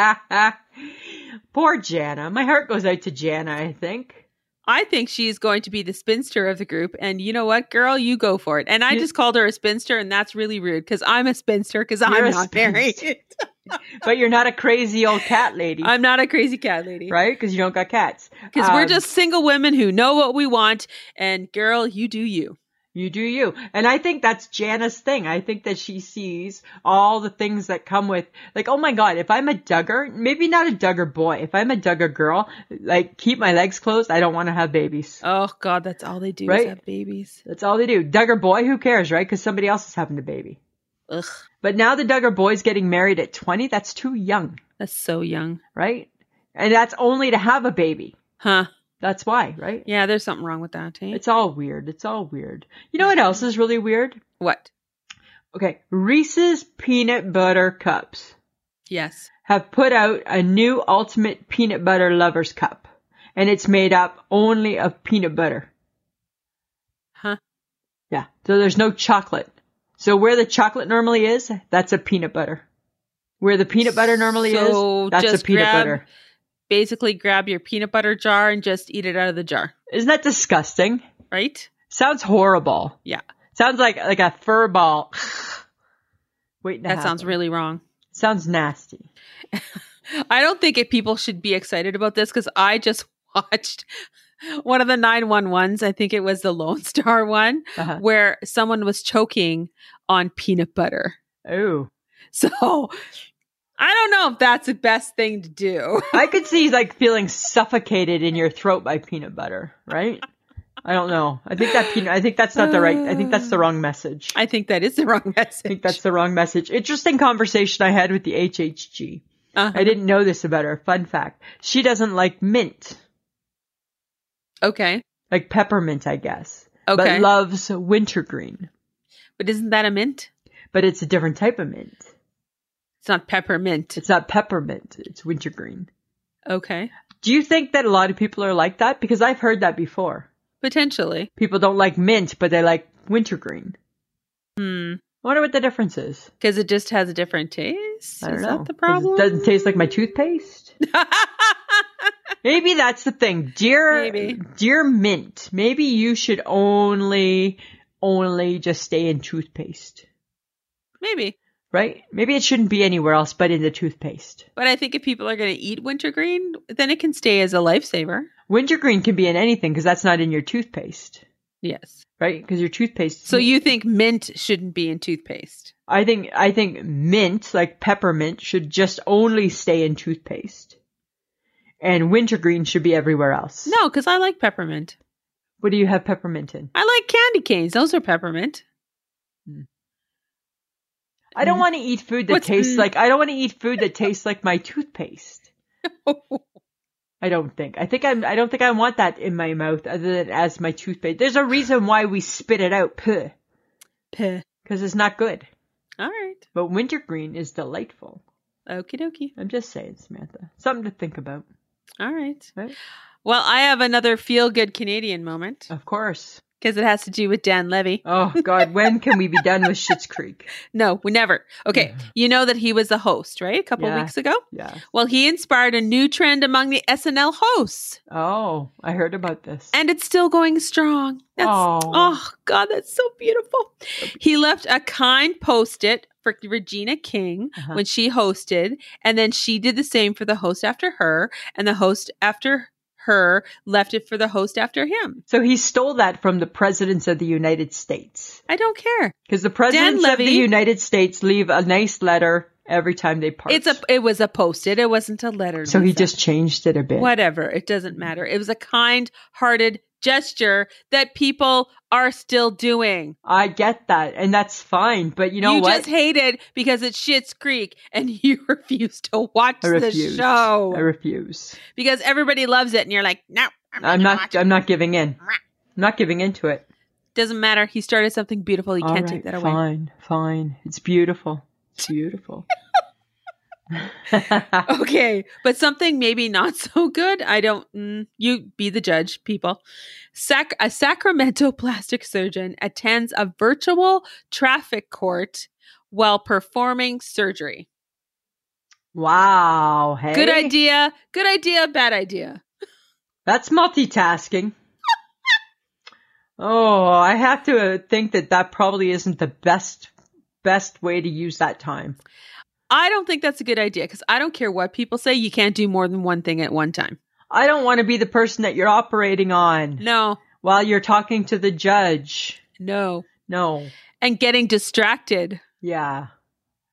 E: Poor Jana. My heart goes out to Jana, I think.
D: I think she's going to be the spinster of the group and you know what, girl, you go for it. And I
E: You-
D: just called her a spinster and that's really rude cuz I'm a spinster cuz
E: You're
D: I'm
E: a
D: not married.
E: But you're not a crazy old cat lady.
D: <laughs> I'm not a crazy cat lady.
E: right? Because you don't got cats.
D: Because
E: Um,
D: we're just single women who know what we want, and girl, you do you.
E: you do you, and I think that's Jana's thing. I think that she sees all the things that come with, like, oh my god, if I'm a Duggar, maybe not a Duggar boy, if I'm a Duggar girl, like, keep my legs closed. I don't want to have babies.
D: Oh God, that's all they do
E: Right?
D: is have babies.
E: That's all they do. Duggar boy, who cares, right? Because somebody else is having a baby.
D: Ugh,
E: But now the Duggar boy's getting married at 20. That's too young,
D: that's so young,
E: right? And that's only to have a baby.
D: huh?
E: That's why, right?
D: Yeah, there's something wrong with that. eh?
E: It's all weird. It's all weird. You know what else is really weird?
D: what?
E: Okay, Reese's Peanut Butter Cups
D: Yes,
E: have put out a new Ultimate Peanut Butter Lovers Cup, and it's made up only of peanut butter.
D: huh?
E: Yeah, so there's no chocolate. So where the chocolate normally is, that's a peanut butter. Where the peanut butter normally
D: So
E: is, that's a
D: just
E: peanut
D: grab-
E: butter.
D: Basically, grab your peanut butter jar and just eat it out of the jar,
E: Isn't that disgusting?
D: right?
E: Sounds horrible.
D: Yeah,
E: Sounds like like a fur ball. <sighs> Wait,
D: that sounds really wrong.
E: sounds nasty.
D: I don't think it, people should be excited about this because I just <laughs> watched one of the 911s. I think it was the Lone Star <laughs> one
E: Uh-huh.
D: where someone was choking on peanut butter.
E: Oh.
D: <laughs> So I don't know if that's the best thing to do. <laughs>
E: I could see like feeling suffocated in your throat by peanut butter, right? I don't know. I think that peanut. I think that's not the right. I think that's the wrong message. I
D: I think that is the wrong <laughs> message. I
E: think that's the wrong message. Interesting conversation I had with the HHG.
D: Uh-huh.
E: I didn't know this about her. Fun fact: she doesn't like mint,
D: okay.
E: like peppermint, I guess,
D: Okay.
E: but loves wintergreen.
D: But isn't that a mint?
E: But it's a different type of mint.
D: It's not peppermint.
E: It's not peppermint. It's wintergreen.
D: Okay.
E: Do you think that a lot of people are like that? Because I've heard that before.
D: Potentially.
E: People don't like mint, but they like wintergreen.
D: Hmm.
E: wonder what the difference is.
D: Because it just has a different taste.
E: I don't
D: Is
E: know.
D: that the
E: 'Cause
D: problem?
E: It doesn't taste like my toothpaste. Maybe that's the thing, dear,
D: Maybe.
E: dear Mint. Maybe you should only, only just stay in toothpaste,
D: <laughs> Maybe.
E: right? Maybe it shouldn't be anywhere else but in the toothpaste.
D: But I think if people are going to eat wintergreen, then it can stay as a lifesaver.
E: Wintergreen can be in anything because that's not in your toothpaste,
D: Yes.
E: right? Because your toothpaste. is
D: So
E: mint.
D: you think mint shouldn't be in toothpaste?
E: I think I think mint, like peppermint, should just only stay in toothpaste, and wintergreen should be everywhere else.
D: No, because I like peppermint.
E: What do you have peppermint in?
D: I like candy canes. Those are
E: <laughs>
D: peppermint.
E: I don't want to eat food that
D: Mm. What's- mm.
E: tastes like I don't want to eat food that tastes like my toothpaste. I don't think. I think I'm I don't think I want that in my mouth other than as my toothpaste. There's a reason why we spit it out puh,
D: Peh.
E: cuz it's not good.
D: All right.
E: But wintergreen is delightful.
D: Okie dokie.
E: I'm just saying, Samantha. Something to think about,
D: All right.
E: right?
D: Well, I have another feel good Canadian moment
E: Of course.
D: because it has to do with Dan Levy.
E: Oh god, when can we be done with Shits Creek?
D: No, we never.
E: <laughs>
D: Okay. You know that he was a host, right? A couple
E: Yeah.
D: weeks ago?
E: Yeah.
D: Well, he inspired a new trend among the SNL hosts,
E: Oh, I heard about this.
D: and it's still going strong. That's,
E: Oh.
D: oh. God, that's so beautiful. He left a kind post it for Regina King
E: Uh-huh.
D: when she hosted, and then she did the same for the host after her, and the host after her left it for the host after him.
E: So he stole that from the presidents of the United States.
D: I don't care.
E: Because the presidents of the
D: Levy-
E: United States leave a nice letter every time they part.
D: It's a it was a post it. It wasn't a letter.
E: so he
D: Lisa.
E: just changed it a bit.
D: whatever it doesn't matter it was a kind-hearted gesture that people are still doing
E: I get that, and that's fine. But you know
D: you
E: what?
D: just hate it because it's Shit's Creek and <laughs> you refuse to watch
E: I
D: the
E: refuse.
D: show
E: I refuse.
D: because everybody loves it and you're like, no, I'm, not. gonna
E: I'm not.
D: watch it."
E: I'm not giving in. I'm not giving into it.
D: Doesn't matter. He started something beautiful. You
E: All
D: can't
E: right,
D: take that away.
E: Fine, fine. It's beautiful. It's
D: <laughs>
E: beautiful. <laughs>
D: Okay, but something maybe not <laughs> so good. I don't. Mm, you be the judge, people. Sac- a Sacramento <laughs> plastic surgeon attends a virtual traffic court while performing surgery.
E: wow. Hey,
D: Good idea. Good idea. Bad idea.
E: That's multitasking. oh, I have to uh, think that that probably isn't the best best way to use that time.
D: I don't think that's a good idea because I don't care what people say. You can't do more than one thing at one time.
E: I don't want to be the person that you're operating on
D: No,
E: while you're talking to the judge.
D: no,
E: No.
D: and getting distracted.
E: Yeah.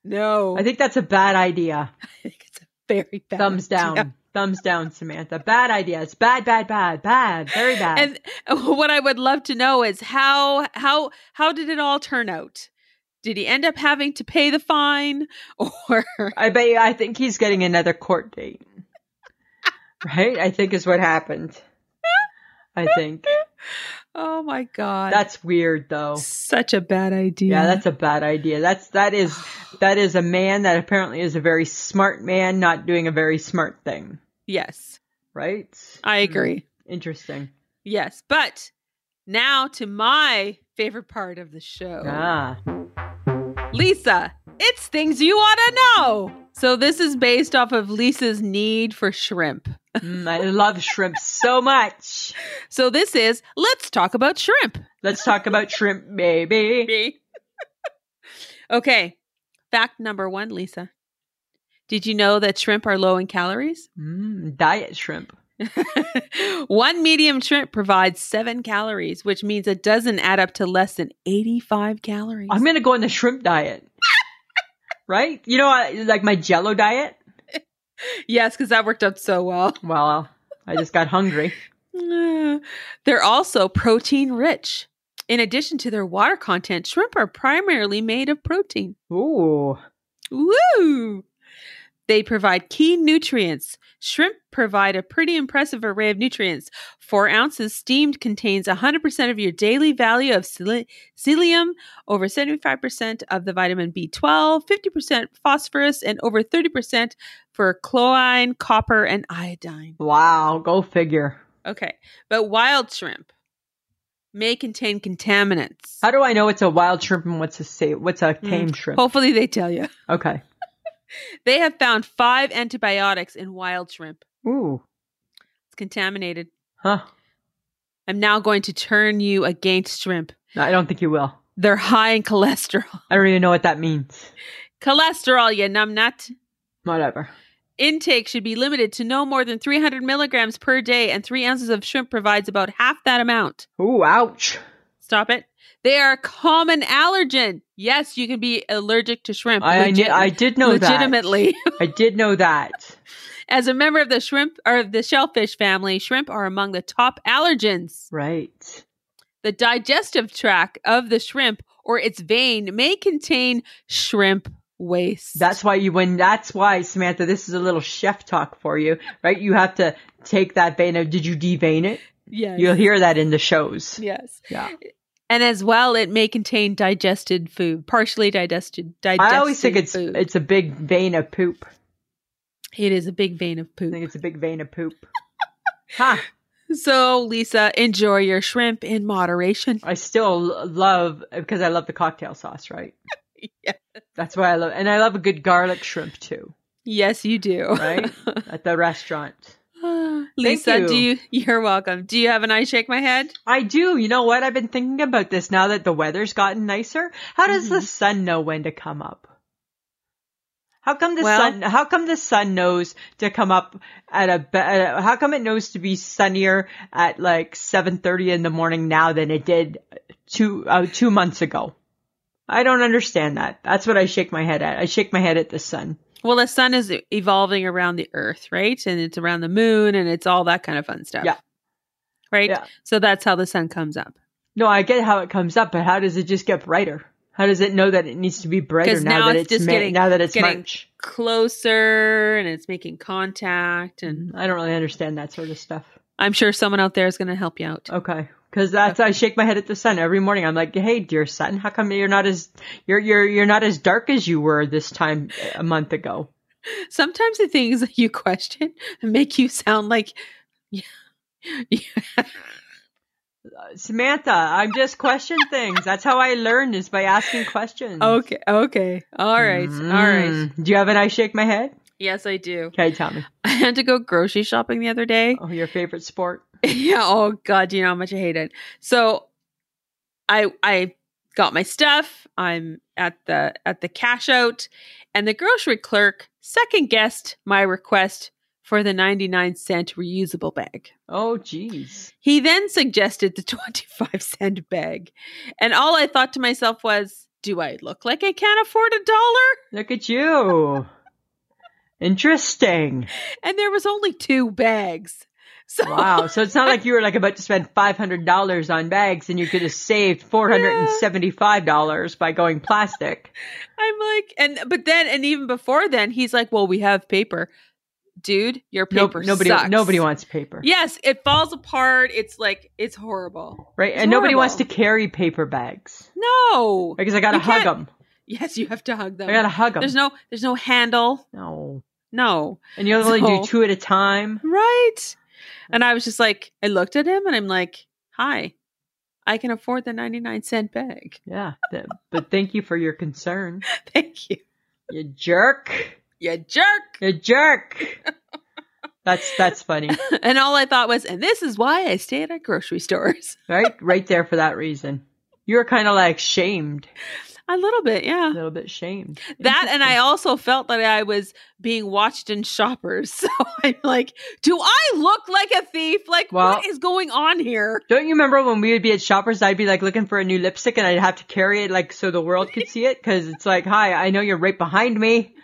D: No,
E: I think that's a bad idea.
D: <laughs> I think it's a very Oh. bad
E: Thumbs down.
D: idea.
E: Thumbs down, Samantha. Bad idea. It's bad, bad, bad, bad. Very bad.
D: And <laughs> what I would love to know is how how how did it all turn out? Did he end up having to pay the fine <laughs> or
E: I bet you, I think he's getting another court date. right? I think is what happened. I think.
D: Oh my god.
E: That's weird though.
D: such a bad idea.
E: Yeah, that's a bad idea. That's that is that is a man that apparently is a very smart man not doing a very smart thing,
D: Yes.
E: right?
D: I
E: Mm-hmm.
D: agree.
E: Interesting.
D: Yes, but now to my favorite part of the show.
E: Ah.
D: Lisa, it's things you want to know. So this is based off of Lisa's need for shrimp.
E: Mm, I love shrimp so much.
D: So this is let's talk about shrimp.
E: Let's talk about shrimp, baby.
D: me. <laughs> okay. Fact number one, Lisa. Did you know that shrimp are low in calories? <laughs>
E: Mm, diet shrimp.
D: one medium shrimp provides seven calories, which means a dozen add up to less than 85 calories.
E: I'm going to go on the shrimp diet. right? You know, I, like my jello diet?
D: yes, because that worked out so well.
E: Well, I just got hungry.
D: They're also protein rich. In addition to their water content, shrimp are primarily made of protein.
E: Ooh.
D: Woo! They provide key nutrients. Shrimp provide a pretty impressive array of nutrients. Four ounces steamed contains 100% of your daily value of celi- psyllium, over 75% of the vitamin B12, 50% phosphorus, and over 30% for chlorine, copper, and iodine.
E: Wow, go figure.
D: Okay, but wild shrimp may contain contaminants. Hmm.
E: How do I know it's a wild shrimp and what's a sa- what's a
D: Mm.
E: tame shrimp?
D: Hopefully, they tell you.
E: Okay.
D: They have found five antibiotics in wild shrimp.
E: Ooh.
D: It's contaminated.
E: Huh.
D: I'm now going to turn you against shrimp.
E: No, I don't think you will.
D: They're high in cholesterol. <laughs>
E: I don't even know what that means.
D: Cholesterol, you numbnut.
E: Whatever.
D: Intake should be limited to no more than 300 milligrams per day, and three ounces of shrimp provides about half that amount.
E: Ooh, ouch.
D: Stop it. They are a common allergen. Yes, you can be allergic to shrimp.
E: I, I, knew-
D: Legit-
E: I did know
D: legitimately. <laughs>
E: that. I did know that.
D: As a member of the shrimp or the shellfish family, shrimp are among the top allergens.
E: Right.
D: The digestive tract of the shrimp or its vein may contain shrimp waste.
E: That's why you when that's why Samantha, this is a little chef talk for you, right? You have to take that vein out. Did you devein it?
D: yes.
E: You'll hear that in the shows.
D: Yes.
E: Yeah.
D: And as well, it may contain digested food, partially digested. digested
E: I always think it's
D: food.
E: it's a big vein of poop.
D: it is a big vein of
E: I think
D: poop.
E: it's a big vein of poop. huh.
D: So, Lisa, enjoy your shrimp in moderation.
E: I still l- love because I love the cocktail
D: <laughs>
E: sauce, right?
D: Yeah.
E: That's why I love and I love a good garlic shrimp too,
D: Yes, you do.
E: right? At the restaurant.
D: <laughs> Lisa,
E: you.
D: do you? You're welcome. Do you have an I shake my head?
E: I do. You know what? I've been thinking about this now that the weather's gotten nicer. How does
D: Mm-hmm.
E: the sun know when to come up? How come the
D: Well-
E: sun? How come the sun knows to come up at a? be- at a- How come it knows to be sunnier at like seven thirty in the morning now than it did two uh, two months ago? I don't understand that. That's what I shake my head at. I shake my head at the sun.
D: Well, the sun is evolving around the Earth, right? And it's around the moon, and it's all that kind of fun stuff.
E: Yeah.
D: Right.
E: Yeah.
D: So that's how the sun comes up.
E: No, I get how it comes up, but how does it just get brighter? How does it know that it needs to be brighter
D: 'Cause
E: now,
D: now
E: that
D: it's
E: it's
D: just
E: May-
D: getting-
E: now that it's
D: getting-
E: March?
D: Closer, and it's making contact, and
E: I don't really understand that sort of stuff.
D: I'm sure someone out there is going to help you out.
E: Okay. Cause that's, I shake my head at the sun every morning. I'm like, Hey, dear sun, how come you're not as, you're, you're, you're not as dark as you were this time a month ago?
D: Sometimes the things <laughs> that you question make you sound like. <laughs>
E: Mm. Samantha, I'm just question things. That's how I learn is by asking questions.
D: Okay. Okay. All right. All right.
E: Mm. Do you have an I shake my head?
D: Yes, I do. <laughs>
E: Okay, tell me.
D: I had to go grocery shopping the other day.
E: Oh, your favorite sport?
D: <laughs> yeah oh god do you know how much i hate it so i i got my stuff i'm at the at the cash out and the grocery clerk second guessed my request for the 99 cent reusable bag
E: Oh, geez.
D: he then suggested the <laughs> 25 cent bag and all i thought to myself was do i look like i can't afford a dollar
E: Look at you. Interesting.
D: and there was only two bags <laughs> so
E: Wow. So it's not like you were like about to spend five hundred dollars on bags and you could have saved four hundred and seventy five dollars by going plastic.
D: I'm like, and but then, and even before then, he's like, "Well, we have paper, dude. Your
E: Nope,
D: paper
E: nobody
D: sucks.
E: nobody wants paper.
D: Yes, it falls apart. It's like it's horrible.
E: Right?
D: It's
E: and nobody wants to
D: horrible.
E: carry paper bags.
D: No.
E: Because I gotta
D: You
E: hug
D: can't-
E: them.
D: Yes, you have to hug them.
E: I gotta hug them.
D: There's no, there's no handle.
E: no.
D: No,
E: And you only
D: So-
E: do two at a time.
D: right? And I was just like, I looked at him, and I'm like, "Hi, I can afford the 99 cent bag. <laughs>
E: Yeah. Th- but thank you for your concern.
D: Thank you,
E: You jerk.
D: you jerk."
E: You jerk. That's that's funny.
D: and all I thought was, "And this is why I stay at our grocery stores."
E: Right? Right there for that reason. You were kinda like shamed.
D: <laughs> A little bit, yeah.
E: A little bit shamed.
D: That and I also felt that I was being watched in shoppers. <laughs> So I'm like, do I look like a thief? Like,
E: Well-
D: what is going on here?
E: Don't you remember when we would be at Shoppers? I'd be like looking for a new lipstick, and I'd have to carry it like so the world could see it because it's like, hi, I know you're right behind me,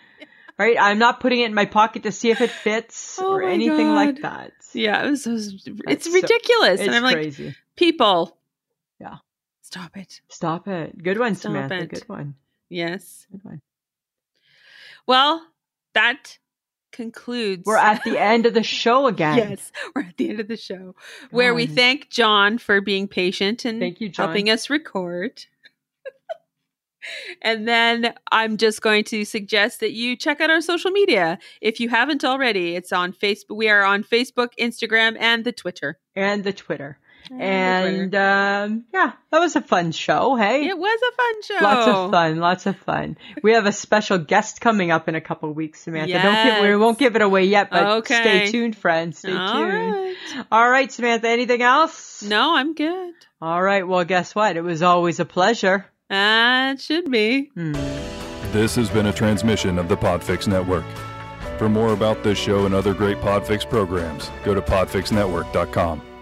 E: right? I'm not putting it in my pocket to see if it fits
D: <laughs> Oh
E: or
D: my
E: anything like
D: God.
E: that.
D: Yeah, it was, it was-
E: That's
D: it's
E: so-
D: ridiculous.
E: It's
D: and I'm like,
E: crazy.
D: people.
E: Yeah.
D: Stop it.
E: Stop it. Good one,
D: Stop
E: Samantha.
D: it.
E: Good one.
D: Yes.
E: Good one.
D: Well, that concludes.
E: We're at the end of
D: <laughs>
E: the show again.
D: Yes, we're at the end of the show where we
E: God.
D: thank John for being patient and
E: Thank you,
D: helping
E: John.
D: us record. and then I'm just going to suggest that you check out our social media if you haven't already. It's on Facebook. We are on Facebook, Instagram, and the Twitter.
E: And the Twitter. And um, yeah, that was a fun show. Hey,
D: It was a fun show.
E: lots of fun, lots of fun. We have a special guest coming up in a couple weeks, Samantha. Don't give, we
D: Yes.
E: won't give it away yet, but stay
D: Okay.
E: tuned, friends. Stay
D: All
E: tuned.
D: right.
E: All right, Samantha. Anything else?
D: No, I'm good.
E: All right. Well, guess what? It was always a pleasure.
D: Uh, it should be.
F: This has been a transmission of the Podfix Network. For more about this show and other great Podfix programs, go to podfixnetwork.com.